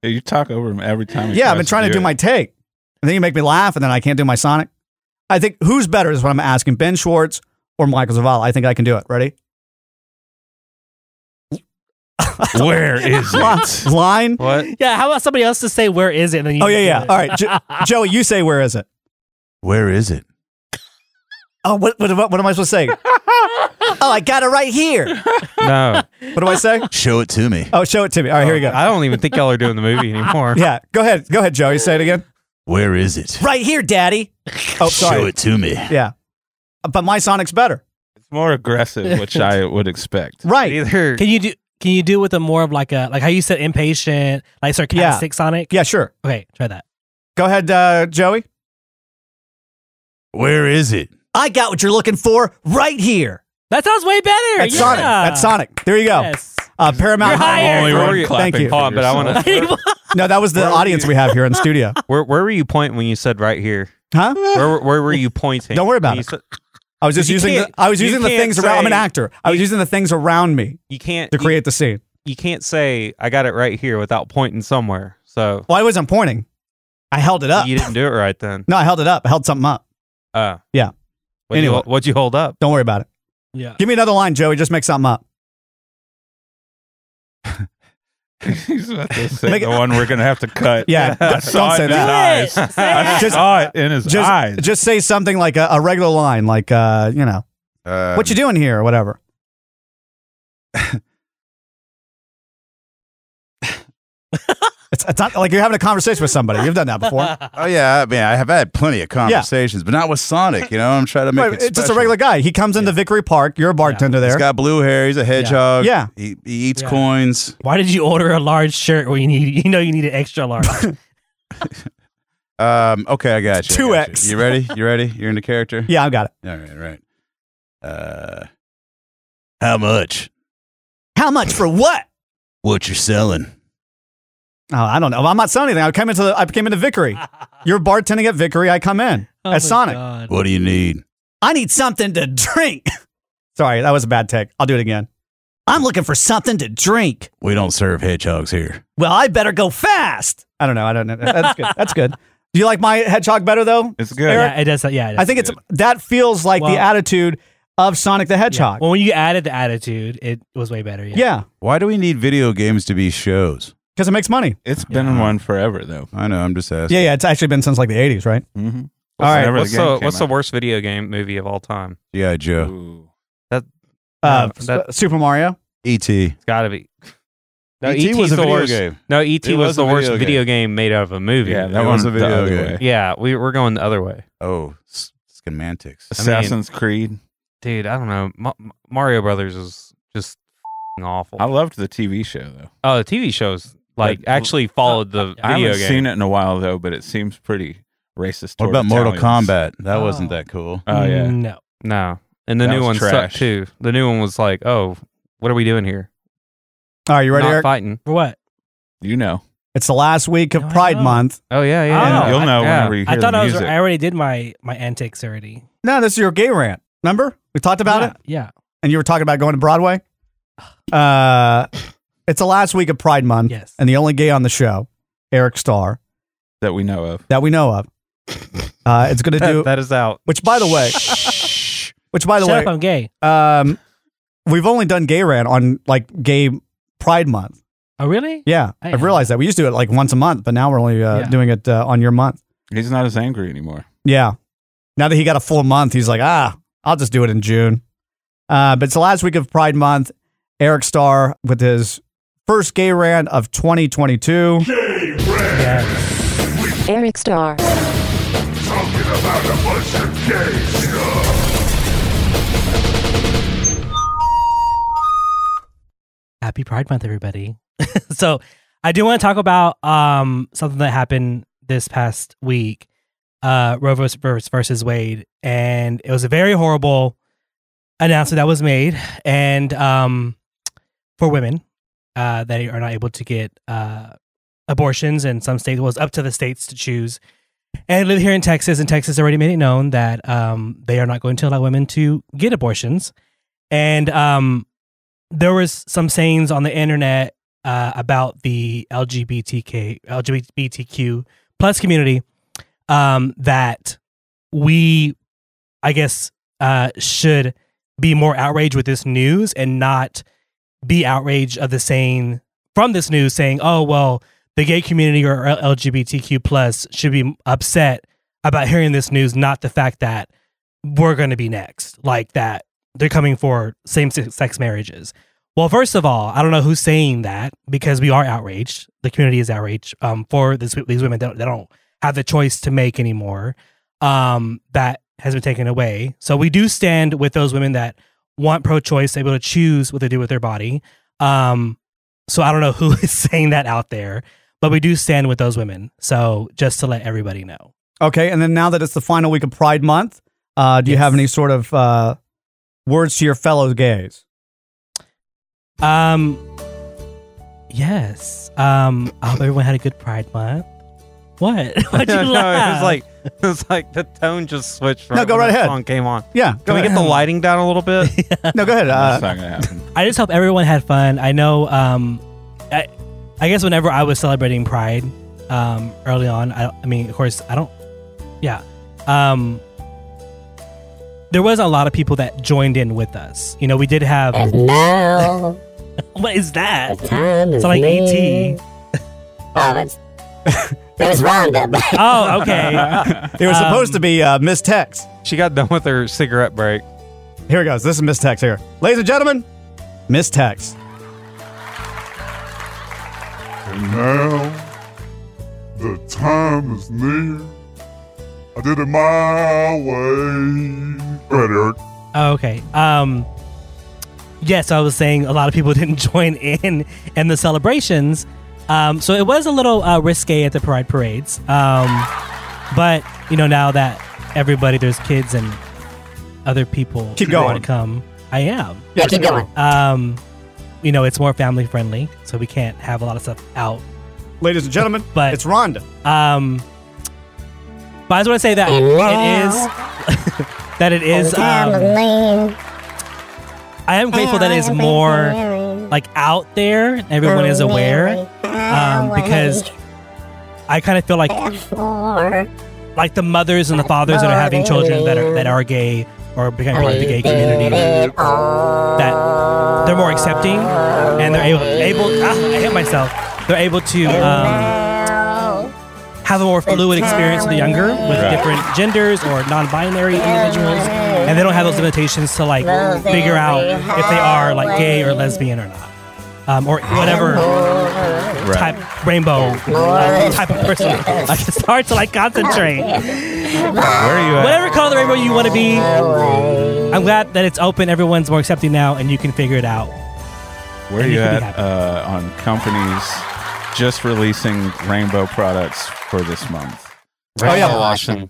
Hey, You talk over him every time. he yeah, I've tries been trying to do it. my take. And then you make me laugh, and then I can't do my Sonic. I think who's better is what I'm asking Ben Schwartz or Michael Zavala. I think I can do it. Ready? Where is it? Line. What? Yeah. How about somebody else to say where is it? And then you Oh, yeah, do yeah. it. All right. Jo- Joey, you say, where is it? Where is it? Oh, what, what, what, am I supposed to say? oh, I got it right here. No. What do I say? Show it to me. Oh, show it to me. All right, here we go. I don't even think y'all are doing the movie anymore. Yeah, go ahead. Go ahead, Joey. Say it again. Where is it? Right here, daddy. Oh, Show sorry. it to me. Yeah. But my Sonic's better. It's more aggressive, which I would expect. Right. Either. Can you do? Can you do with a more of like a like how you said impatient, like sarcastic Sonic? Yeah, sure. Okay, try that. Go ahead, uh, Joey. Where is it? I got what you're looking for right here. That sounds way better. That's yeah. Sonic. That's Sonic. There you go. Yes. Uh, Paramount. You're hired. Only Where one were you- clapping Thank you. for Hold on, but I yourself. want to. No, that was the audience we have here in the studio. Where, where were you pointing when you said right here? Huh? Where, were- where were you pointing? Don't worry about When you it. said- I was just You using. The, can't- I was you using the can't things around. I'm an say- actor. I was using the things around me you can't. to You, create the scene. you can't say I got it right here without pointing somewhere. So Well, I wasn't pointing. I held it up. you didn't do it right then. No, I held it up. I held something up. Uh, Yeah. What anyway. Anyway. you, what'd you hold up? Don't worry about it. Yeah. Give me another line, Joey. Just make something up. He's about to say Make the it- one we're gonna have to cut. Yeah, I don't- saw don't say it in his that. eyes. Do it. Say I it. Just- saw it in his Just, eyes. just say something like a, a regular line, like uh, you know, Uh, what you doing here or whatever. it's, it's not like you're having a conversation with somebody. You've done that before. Oh yeah, I mean, I have had plenty of conversations, but not with Sonic. You know, I'm trying to make Wait, it. it's just a special. regular guy. He comes into Vickery Park. You're a bartender He's there. got blue hair. He's a hedgehog. Yeah. he, he eats Yeah. coins. Why did you order a large shirt when you need you know you need an extra large? Um, okay, I got you. I Two got you. X. You. ready? You ready? You're into character. yeah, I've got it. All right, all right. Uh, how much? How much for what? What you're selling? Oh, I don't know. I'm not selling anything. I came into the, I came into Vickery. Oh You're bartending at Vickery. I come in Oh my as Sonic. God. What do you need? I need something to drink. Sorry, that was a bad take. I'll do it again. I'm looking for something to drink. We don't serve hedgehogs here. Well, I better go fast. I don't know. I don't know. That's good. That's good. Do you like my hedgehog better though? It's good. Eric? Yeah, it does. Yeah, it does. I think it's that feels like Well- the attitude of Sonic the Hedgehog. Well, when you added the attitude, it was way better. Yeah. yeah, Why do we need video games to be shows? because it makes money. It's been one forever though. I know. I'm just asking. Yeah, yeah. It's actually been since like the 80s, right? Mm-hmm. All right. Whenever What's game the, came what's the out. worst video game movie of all time? Yeah, Joe. Ooh. Uh, No, that- S- Super Mario. E.T. It's got to be. E No, E.T. E E.T. was a E the video worst. game. No, E.T. It was, was a the worst video game. video game made out of a movie. Yeah, It that was one's a a video video game. game. Yeah, we, we're going the other way. Oh, s- Scamantics. Assassin's Creed. Dude, I don't know. Ma- Ma- Mario Brothers is just fing awful. I loved the TV show though. oh, the TV shows like But- actually followed the I video haven't game. seen it in a while though, but it seems pretty racist. What toward about Mortal Italians. Kombat? That wasn't Oh. that cool. Oh yeah, No. No, and the That new was one trash. sucked too. The new one was like, oh, what are we doing here? All right, you ready, Not Eric? fighting. For what? you know. It's the last week of No, I Pride know. Month. Oh yeah, yeah. Oh, You'll know yeah. whenever you hear I thought the I was. music. I already did my my antics already. No, this is your gay rant. Remember we talked about yeah, it, Yeah. and you were talking about going to Broadway. Uh, it's the last week of Pride Month, Yes. and the only gay on the show, Eric Starr, that we know of. that we know of. Uh, it's going to That- do. that is out. Which, by the way, which, by the Shut way, up. I'm gay. um, we've only done gay rant on like gay Pride Month. Oh really? Yeah, I I am. have realized that we used to do it like once a month, but now we're only uh, Yeah. doing it uh, on your month. He's not as angry anymore. Yeah, now that he got a full month, he's like, ah, I'll just do it in June. Uh, but it's the last week of Pride Month. Eric Starr with his first gay rant of 2022. Eric Starr. Happy Pride Month, everybody. so I do want to talk about um something that happened this past week, uh Roe vs- versus Wade, and it was a very horrible announcement that was made, and um for women uh that are not able to get uh abortions in some states it was up to the states to choose. And I live here in Texas, and Texas already made it known that um they are not going to allow women to get abortions, and um there was some sayings on the internet uh, about the LGBTK LGBTQ plus community um, that we, I guess, uh, should be more outraged with this news and not be outraged of the saying from this news saying, "Oh well, the gay community or LGBTQ plus should be upset about hearing this news, not the fact that we're going to be next, like that they're coming for same sex marriages." Well, first of all, I don't know who's saying that because we are outraged. The community is outraged um, for this, these women that, that don't have the choice to make anymore. Um, that has been taken away. So we do stand with those women that want pro-choice, able to choose what they do with their body. Um, so I don't know who is saying that out there, but we do stand with those women. So just to let everybody know. Okay, and then now that it's the final week of Pride Month, uh, do you Yes. have any sort of uh, words to your fellow gays? Um, yes. Um, I hope everyone had a good Pride Month. What? Why'd you no, it laugh? was like it was like the tone just switched. No, go when right that ahead. Song came on. Can Yeah, go we ahead. get the lighting down a little bit? no, go ahead. That's Uh, not gonna happen. I just hope everyone had fun. I know, um, I, I guess whenever I was celebrating Pride um, early on, I, I mean, of course, I don't, yeah. Um, there was a lot of people that joined in with us. You know, we did have. And now, what is that? the time is It's like E near. ET. Oh, it's, it was Roundup. Oh, okay. it was um, supposed to be uh, Miss Tex. she got done with her cigarette break. Here it goes. This is Miss Tex here. Ladies and gentlemen, Miss Tex. And now, the time is near. I did it my way. Go ahead, Eric. Oh, okay. Um Yes, I was saying a lot of people didn't join in in the celebrations. Um so it was a little uh, risque at the pride parades. Um but you know now that everybody there's kids and other people Keep that wanna going. come. I am. yeah, keep going. Um you know, it's more family friendly, so we can't have a lot of stuff out. Ladies and gentlemen, But- it's Rhonda. Um but I just want to say that it is that it is Time um, is near. I am grateful that it's more like out there. and Everyone is aware um, because I kind of feel like like the mothers and the fathers that are having children that are that are gay or becoming part of the gay community that they're more accepting and they're able able ah, I hit myself. They're able to um, have a more fluid experience with the younger with Right. different genders or non-binary individuals, and they don't have those limitations to like figure out if they are like gay or lesbian or not, um, or whatever type rainbow uh, type of person. Like it's hard to like concentrate. Where are you at? Whatever color rainbow you want to be. I'm glad that it's open. Everyone's more accepting now, and you can figure it out. Where are And you you can be at uh, on companies just releasing rainbow products for this month? Oh, yeah. washing.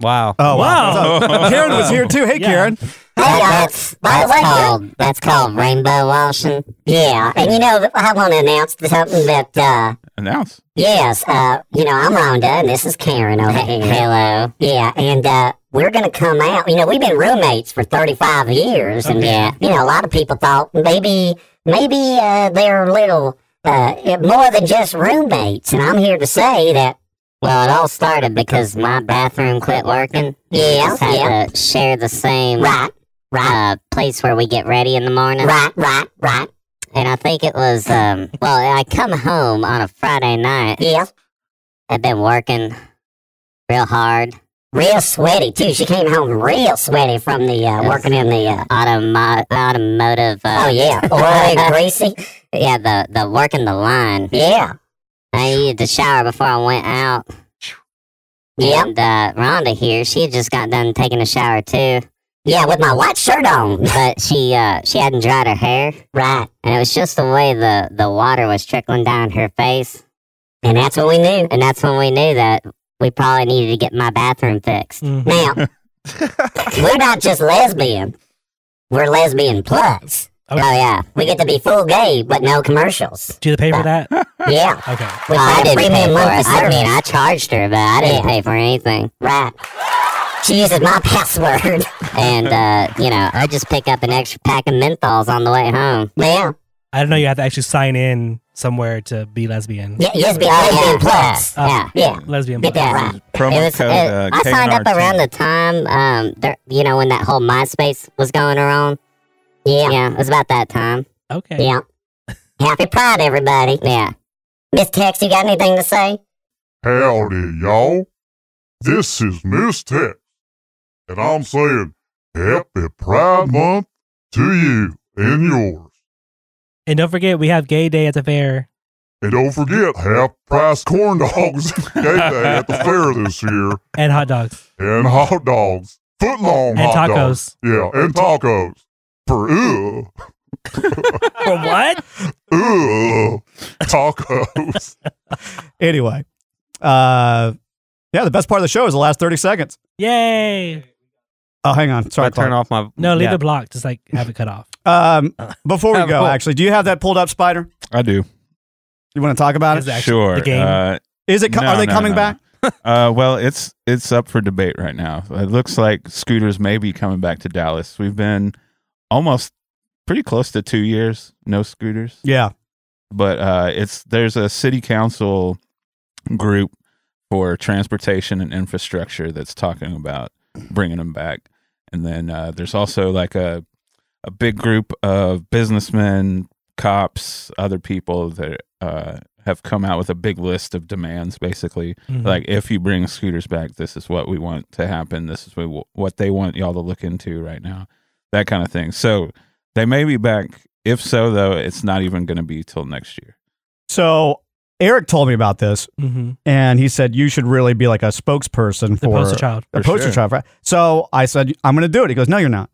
Wow. Oh, wow. Wow. Karen was here too. Hey, Karen. that's, that's called that's called rainbow washing. Yeah, and you know I want to announce something that uh, Announce. yes, uh, you know I'm Rhonda and this is Karen. Oh, hey, hello. Yeah, and uh, we're gonna come out. You know we've been roommates for 35 years, and yeah, you know a lot of people thought maybe maybe uh, they're little uh, more than just roommates, and I'm here to say that Well, it all started because my bathroom quit working. Yeah, We had yeah. to share the same Right, right. Uh, place where we get ready in the morning. Right, right, right. And I think it was um. well, I come home on a Friday night. Yeah. I've been working real hard. real sweaty too. She came home real sweaty from the uh, working in the uh, Automo- automotive. Uh, oh yeah, oily and greasy. yeah, the the working the line. Yeah. I needed to shower before I went out. Yep. And uh, Rhonda here, she had just got done taking a shower too. Yeah, with my white shirt on. but she uh she hadn't dried her hair, Right. and it was just the way the the water was trickling down her face. And that's when we knew. And that's when we knew that we probably needed to get my bathroom fixed. Now Mm-hmm. we're not just lesbian. We're lesbian plus. Oh yeah. We get to be full gay but no commercials. Do they pay for that? Yeah. Okay. With Well, I that didn't pay premium for monthly it. I service. mean, I charged her, but I didn't Yeah. pay for anything. Right. She uses my password. And uh, you know, I just pick up an extra pack of menthols on the way home. Yeah. I don't know. You have to actually sign in somewhere to be lesbian. Yeah, yes, be Oh, yeah. lesbian plus. Uh, Yeah. Yeah. Lesbian. Get that right. Promo It was- code it- uh, I signed up KNRT. around the time, um, there, you know, when that whole MySpace was going around. Yeah. Yeah, it was about that time. Okay. Yeah. Happy Pride, everybody. Yeah. Miss Tex, you got anything to say? Howdy, y'all. This is Miss Tex, and I'm saying happy Pride Month to you and yours. And don't forget, we have Gay Day at the fair. And don't forget half price corn dogs at Gay Day at the fair this year, And hot dogs. and hot dogs, foot long And hot tacos. dogs. Yeah, and tacos. For ugh, For what? ugh, tacos. Anyway, uh, yeah, the best part of the show is the last 30 seconds. Yay. Oh, hang on. Sorry, I turn off my No, leave yeah. it blocked. Just like have it cut off. Um, before we go, Cool. actually, do you have that pulled up, Spider? I do. You want to talk about Is it? that- Actually, Sure. the game. Uh, Is it? co- no, are they no, coming no, back? no. uh, well, it's it's up for debate right now. It looks like scooters may be coming back to Dallas. We've been almost pretty close to two years no scooters. Yeah. but uh, it's there's a city council group for transportation and infrastructure that's talking about bringing them back, and then uh, there's also like a a big group of businessmen, cops, other people that uh, have come out with a big list of demands. Basically, Mm-hmm. Mhm. like if you bring scooters back, this is what we want to happen. This is what what they want y'all to look into right now. That kind of thing. So they may be back. If so, though, it's not even going to be till next year. So Eric told me about this, Mm-hmm. and he said you should really be like a spokesperson The for poster child. a For poster sure. child. Right? So I said I'm going to do it. He goes, No, you're not.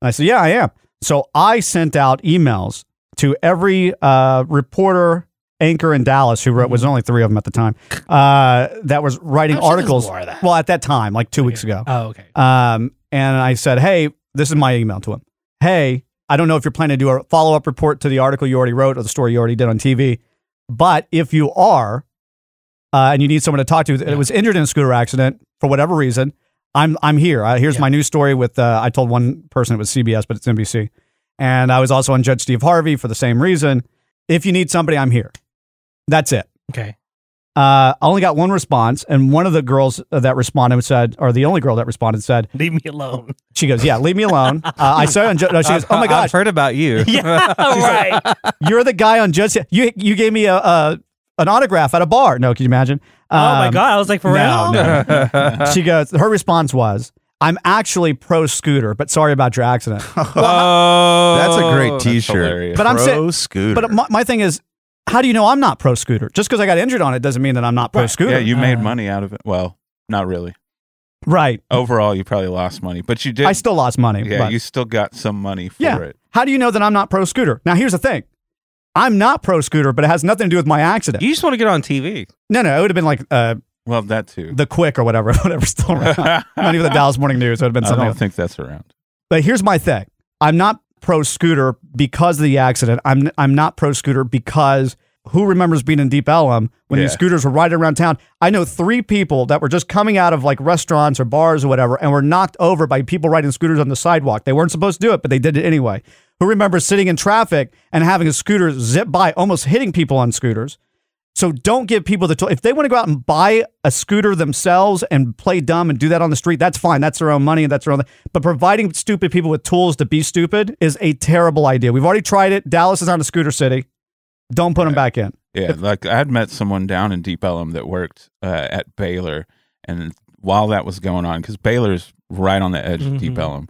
And I said, Yeah, I am. So I sent out emails to every uh, reporter, anchor in Dallas who wrote was only three of them at the time uh, that was writing I'm sure there's articles. Oh, more of that. Well, at that time, like two weeks ago. Oh, okay. Um, and I said, hey, this is my email to him. Hey, I don't know if you're planning to do a follow up report to the article you already wrote or the story you already did on TV, but if you are, uh, and you need someone to talk to that was injured in a scooter accident for whatever reason, I'm I'm here. Uh, here's my news story with uh, I told one person it was CBS, but it's NBC, And I was also on Judge Steve Harvey for the same reason. If you need somebody, I'm here. That's it. Okay. Uh, I only got one response, and one of the girls that responded said, or the only girl that responded said, "Leave me alone." She goes, "Yeah, leave me alone." Uh, I saw on. Ju- no, she goes, "Oh my I've gosh, heard about you. yeah, right. you're the guy on Judge. You you gave me a, a an autograph at a bar. No, can you imagine? oh my Um, god, I was like, for no, real? no. she goes. Her response was, "I'm actually pro scooter, but sorry about your accident." That's a great Oh, That's T-shirt. But I'm pro saying, scooter. But my, my thing is, how do you know I'm not pro scooter? Just because I got injured on it doesn't mean that I'm not pro scooter. Yeah, you made money out of it. Well, not really. Right. Overall, you probably lost money, but you did. I still lost money. Yeah, but- you still got some money for yeah. it. How do you know that I'm not pro scooter? Now here's the thing, I'm not pro scooter, but it has nothing to do with my accident. You just want to get on TV. no, no, it would have been like uh, Well, that too. the quick or whatever, whatever's still around. not even the Dallas Morning News. It would have been I something. don't else. think that's around. But here's my thing. I'm not pro scooter because of the accident. I'm I'm not pro scooter because who remembers being in Deep Ellum when these Yeah. scooters were riding around town? I know three people that were just coming out of like restaurants or bars or whatever and were knocked over by people riding scooters on the sidewalk. They weren't supposed to do it, but they did it anyway. Who remembers sitting in traffic and having a scooter zip by, almost hitting people on scooters? So don't give people the tool. If they want to go out and buy a scooter themselves and play dumb and do that on the street, that's fine. That's their own money and that's their own. But providing stupid people with tools to be stupid is a terrible idea. We've already tried it. Dallas is not a scooter city. Don't put them back in. Yeah, like I'd met someone down in Deep Ellum that worked uh, at Baylor, and while that was going on, because Baylor's right on the edge of Deep Mm-hmm. Mhm. Ellum,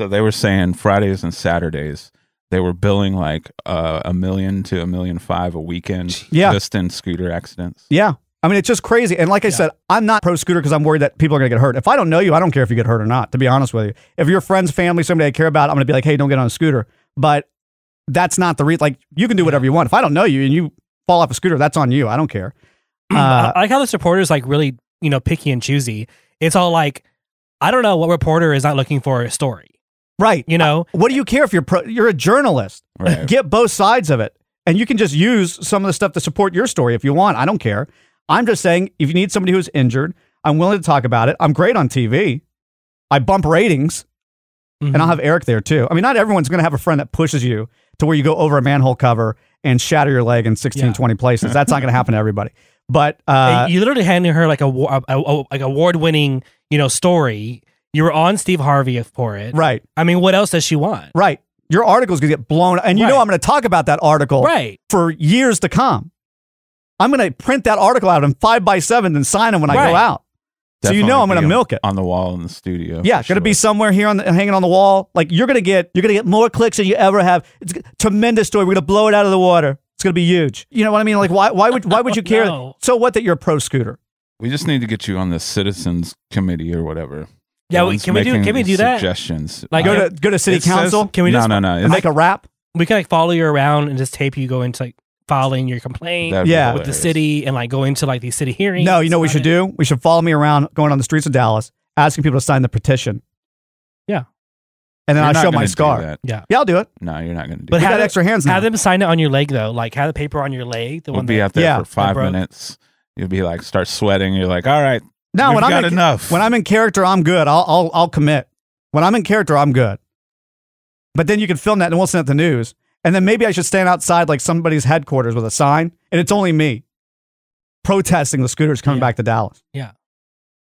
so they were saying Fridays and Saturdays they were billing like uh, a million to a million five a weekend, Yeah. just in scooter accidents. Yeah. I mean, it's just crazy. And like I said, I'm not pro scooter because I'm worried that people are going to get hurt. If I don't know you, I don't care if you get hurt or not, to be honest with you. If your friend's family, somebody I care about, I'm going to be like, hey, don't get on a scooter. But that's not the reason. Like, you can do whatever you want. If I don't know you and you fall off a scooter, that's on you. I don't care. Uh, I I like how the reporter's like really, you know, picky and choosy. It's all like, I don't know what reporter is not looking for a story. Right. You know? what do you care if you're pro- you're a journalist? Get both sides of it, and you can just use some of the stuff to support your story if you want. I don't care. I'm just saying, if you need somebody who's injured, I'm willing to talk about it. I'm great on TV. I bump ratings, and Mm-hmm. I'll have Eric there too. I mean, not everyone's going to have a friend that pushes you to where you go over a manhole cover and shatter your leg in 16, 20 places. That's not going to happen to everybody. But uh, And you literally handed her like a, wa- a, a- like award winning, you know, story. You were on Steve Harvey for it. Right. I mean, what else does she want? Right. Your article's going to get blown. And you know I'm going to talk about that article Right. for years to come. I'm going to print that article out in five by seven and sign them when I Right. go out. so you know I'm going to milk it on the wall in the studio. yeah, going to be somewhere here on the, hanging on the wall. Like you're going to get you're going to get more clicks than you ever have. It's a tremendous story. We're going to blow it out of the water. It's going to be huge. You know what I mean? Like why why would why would you care? So what that you're a pro scooter? We just need to get you on the citizens committee or whatever. Yeah, The we- ones can we do- making can we do that? Suggestions. Like, I- Go to- go to city It says- council? Can we no, just no, no. make a rap? We can like follow you around and just tape you go into like filing your complaint That'd be Yeah. with the hilarious. city and like go into like these city hearings. No, you know what we should do? We should follow me around going on the streets of Dallas asking people to sign the petition. Yeah. And then You're I'll not show gonna my do scar. that. Yeah. Yeah, I'll do it. No, you're not going to do But that. have got it- extra hands now. Have them sign it on your leg though. Like have the paper on your leg. The We'll one be that- out there for five minutes. You'll be like, start sweating. You're like, all right. No, we've when I'm got in, enough. When I'm in character, I'm good. I'll, I'll I'll commit. When I'm in character, I'm good. But then you can film that and we'll send it to the news. And then maybe I should stand outside like somebody's headquarters with a sign, and it's only me protesting the scooters coming back to Dallas. Yeah.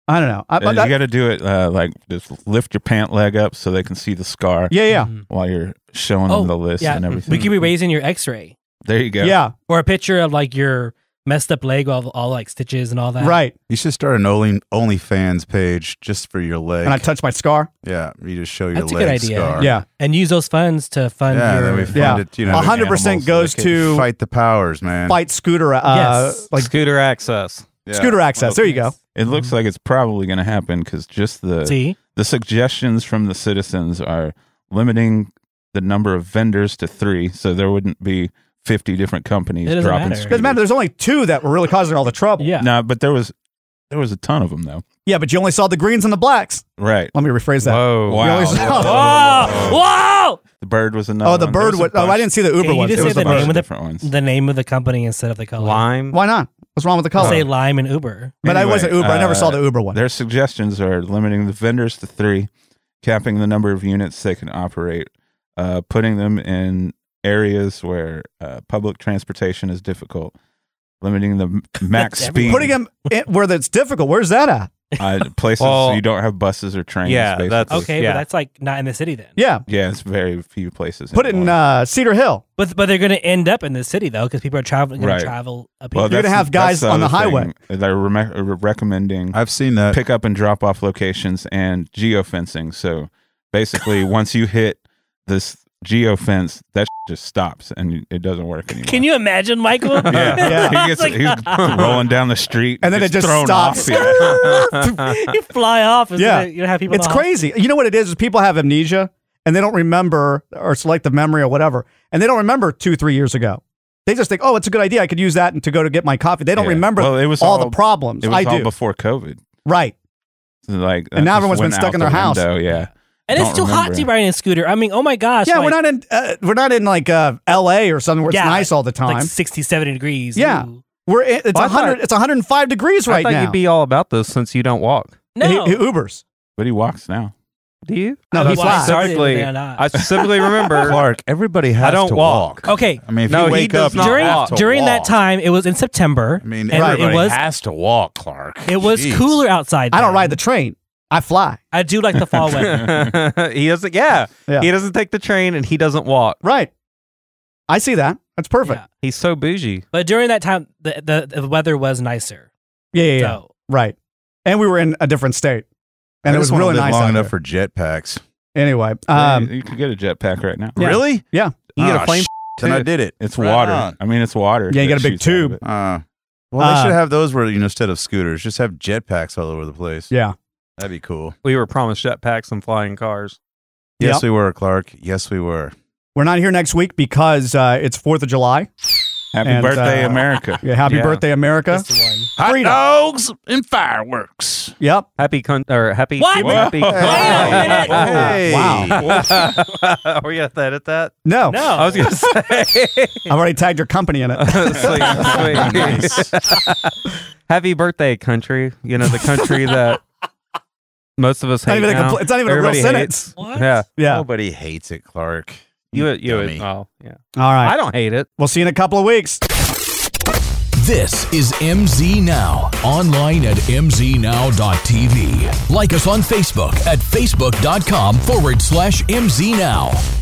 I don't know. I, And but that- you got to do it uh, like just lift your pant leg up so they can see the scar. Yeah, Oh, yeah. Mm-hmm. While you're showing them the list and everything. We could be raising your X-ray. there you go. Or a picture of like your messed up leg, all, all like stitches and all that. You should start an Only OnlyFans page just for your leg. And I touch my scar. Yeah, you just show your That's a leg good idea. scar. And use those funds to fund yeah. your. then we fund it. You know, A hundred percent animals goes that can to- fight the powers, man. fight scooter. Uh, Yes. like scooter access. Scooter access. There you go. It looks like it's probably going to happen because just the See? the suggestions from the citizens are limiting the number of vendors to three, so there wouldn't be fifty different companies dropping. Doesn't matter. There's only two that were really causing all the trouble. Yeah. No, but there was there was a ton of them though. Yeah, but you only saw the greens and the blacks. Right. Let me rephrase that. Whoa! You only saw- Whoa! The bird was another. Oh, the one. bird There a was- oh, I bunch. didn't see the Uber Can you ones. just It say was a the bunch name of of different the, the name of the company instead of the color? Lime. Why not? What's wrong with the color? Say lime and Uber. But I wasn't Uber. I never Uh, saw the Uber one. Their suggestions are limiting the vendors to three, capping the number of units they can operate, uh, putting them in areas where uh, public transportation is difficult, limiting the m- max speed. Putting them in, where that's difficult. Where's that at? uh, places Well- you don't have buses or trains. Yeah, basically. that's- Okay, but that's like not in the city then. Yeah. yeah, it's very few places. Put it in uh, Cedar Hill. But but they're going to end up in the city though, because people are traveling. Going to travel. Up here. that's- that's other thing. They're reme- uh, recommending. I've seen that pick up and drop off locations and geofencing. So basically, once you hit this geofence, that just stops and it doesn't work anymore. Can you imagine, Michael? Yeah, He It's gets, like, he's rolling down the street, And then it gets just thrown stops. Off. Yeah. you fly off. and yeah, then you have people. It's on the hop. crazy. You know what it is? Is people have amnesia and they don't remember or selective memory or whatever, and they don't remember two, three years ago. They just think, oh, it's a good idea. I could use that and to go to get my coffee. They don't Yeah. remember Well, it was all, the problems. It was I all do. before COVID. right. Like, And that now just everyone's been went stuck out in their the house. window, Yeah, And Don't it's too hot remember. to be riding a scooter. I mean, oh my gosh. yeah, we're like- not in uh, we're not in like uh, L.A. or somewhere. It's Yeah, nice all the time. Like 60, 70 degrees. yeah, Ooh. we're in, it's Well, I thought- hundred. It's 105 degrees I right thought now. you'd be all about this since you don't walk. No. He- he Ubers. but he walks now. Do you? No, he flies. Specifically, They're not. I specifically remember Clark. Everybody has I don't to walk. Okay. I mean, if No, you he wake does up, you not during have to during that walk. time, it was in September. I mean, and everybody it was has to walk, Clark. it was Jeez. cooler outside. I don't then. ride the train. I fly. I do like the fall weather. he doesn't. Yeah. Yeah. he doesn't take the train and he doesn't walk. Right. I see that. That's perfect. He's so bougie. But during that time, the, the, the weather was nicer. Yeah, yeah, yeah. So- Right. And we were in a different state, and I it just was wanna really live nice. Long out enough there. for jetpacks. Anyway, um, you, you could get a jetpack right now. yeah. Really? Yeah. You get a Ah, flame sh- And I did it. It's Right water. on. I mean, it's water. Yeah, you that got a big shoots out of tube. it. Uh, well, Uh, they should have those where you know instead of scooters, just have jetpacks all over the place. Yeah. That'd be cool. We were promised jetpacks and flying cars. Yes, Yep. we were, Clark. Yes, we were. We're not here next week because uh, it's Fourth of July. Happy And, birthday, uh, America. Yeah, happy Yeah. birthday, America. Just one. Hot Freedom. dogs and fireworks. Yep. Oh, Happy con- or happy What? human- happy- Whoa. Wait a minute. Hey. Wow. Are we at that? At that? No, No. I was gonna say. I've already tagged your company in it. Sweet, sweet. Happy birthday, country. You know, the country that most of us not hate. even a now. compl- it's not even a real Everybody sentence. hates- What? Yeah. Yeah. Nobody hates it, Clark. You, you, dummy. oh, yeah. All right. I don't hate it. We'll see you in a couple of weeks. This is MZ Now, online at mznow.tv. Like us on Facebook at facebook.com forward slash mznow.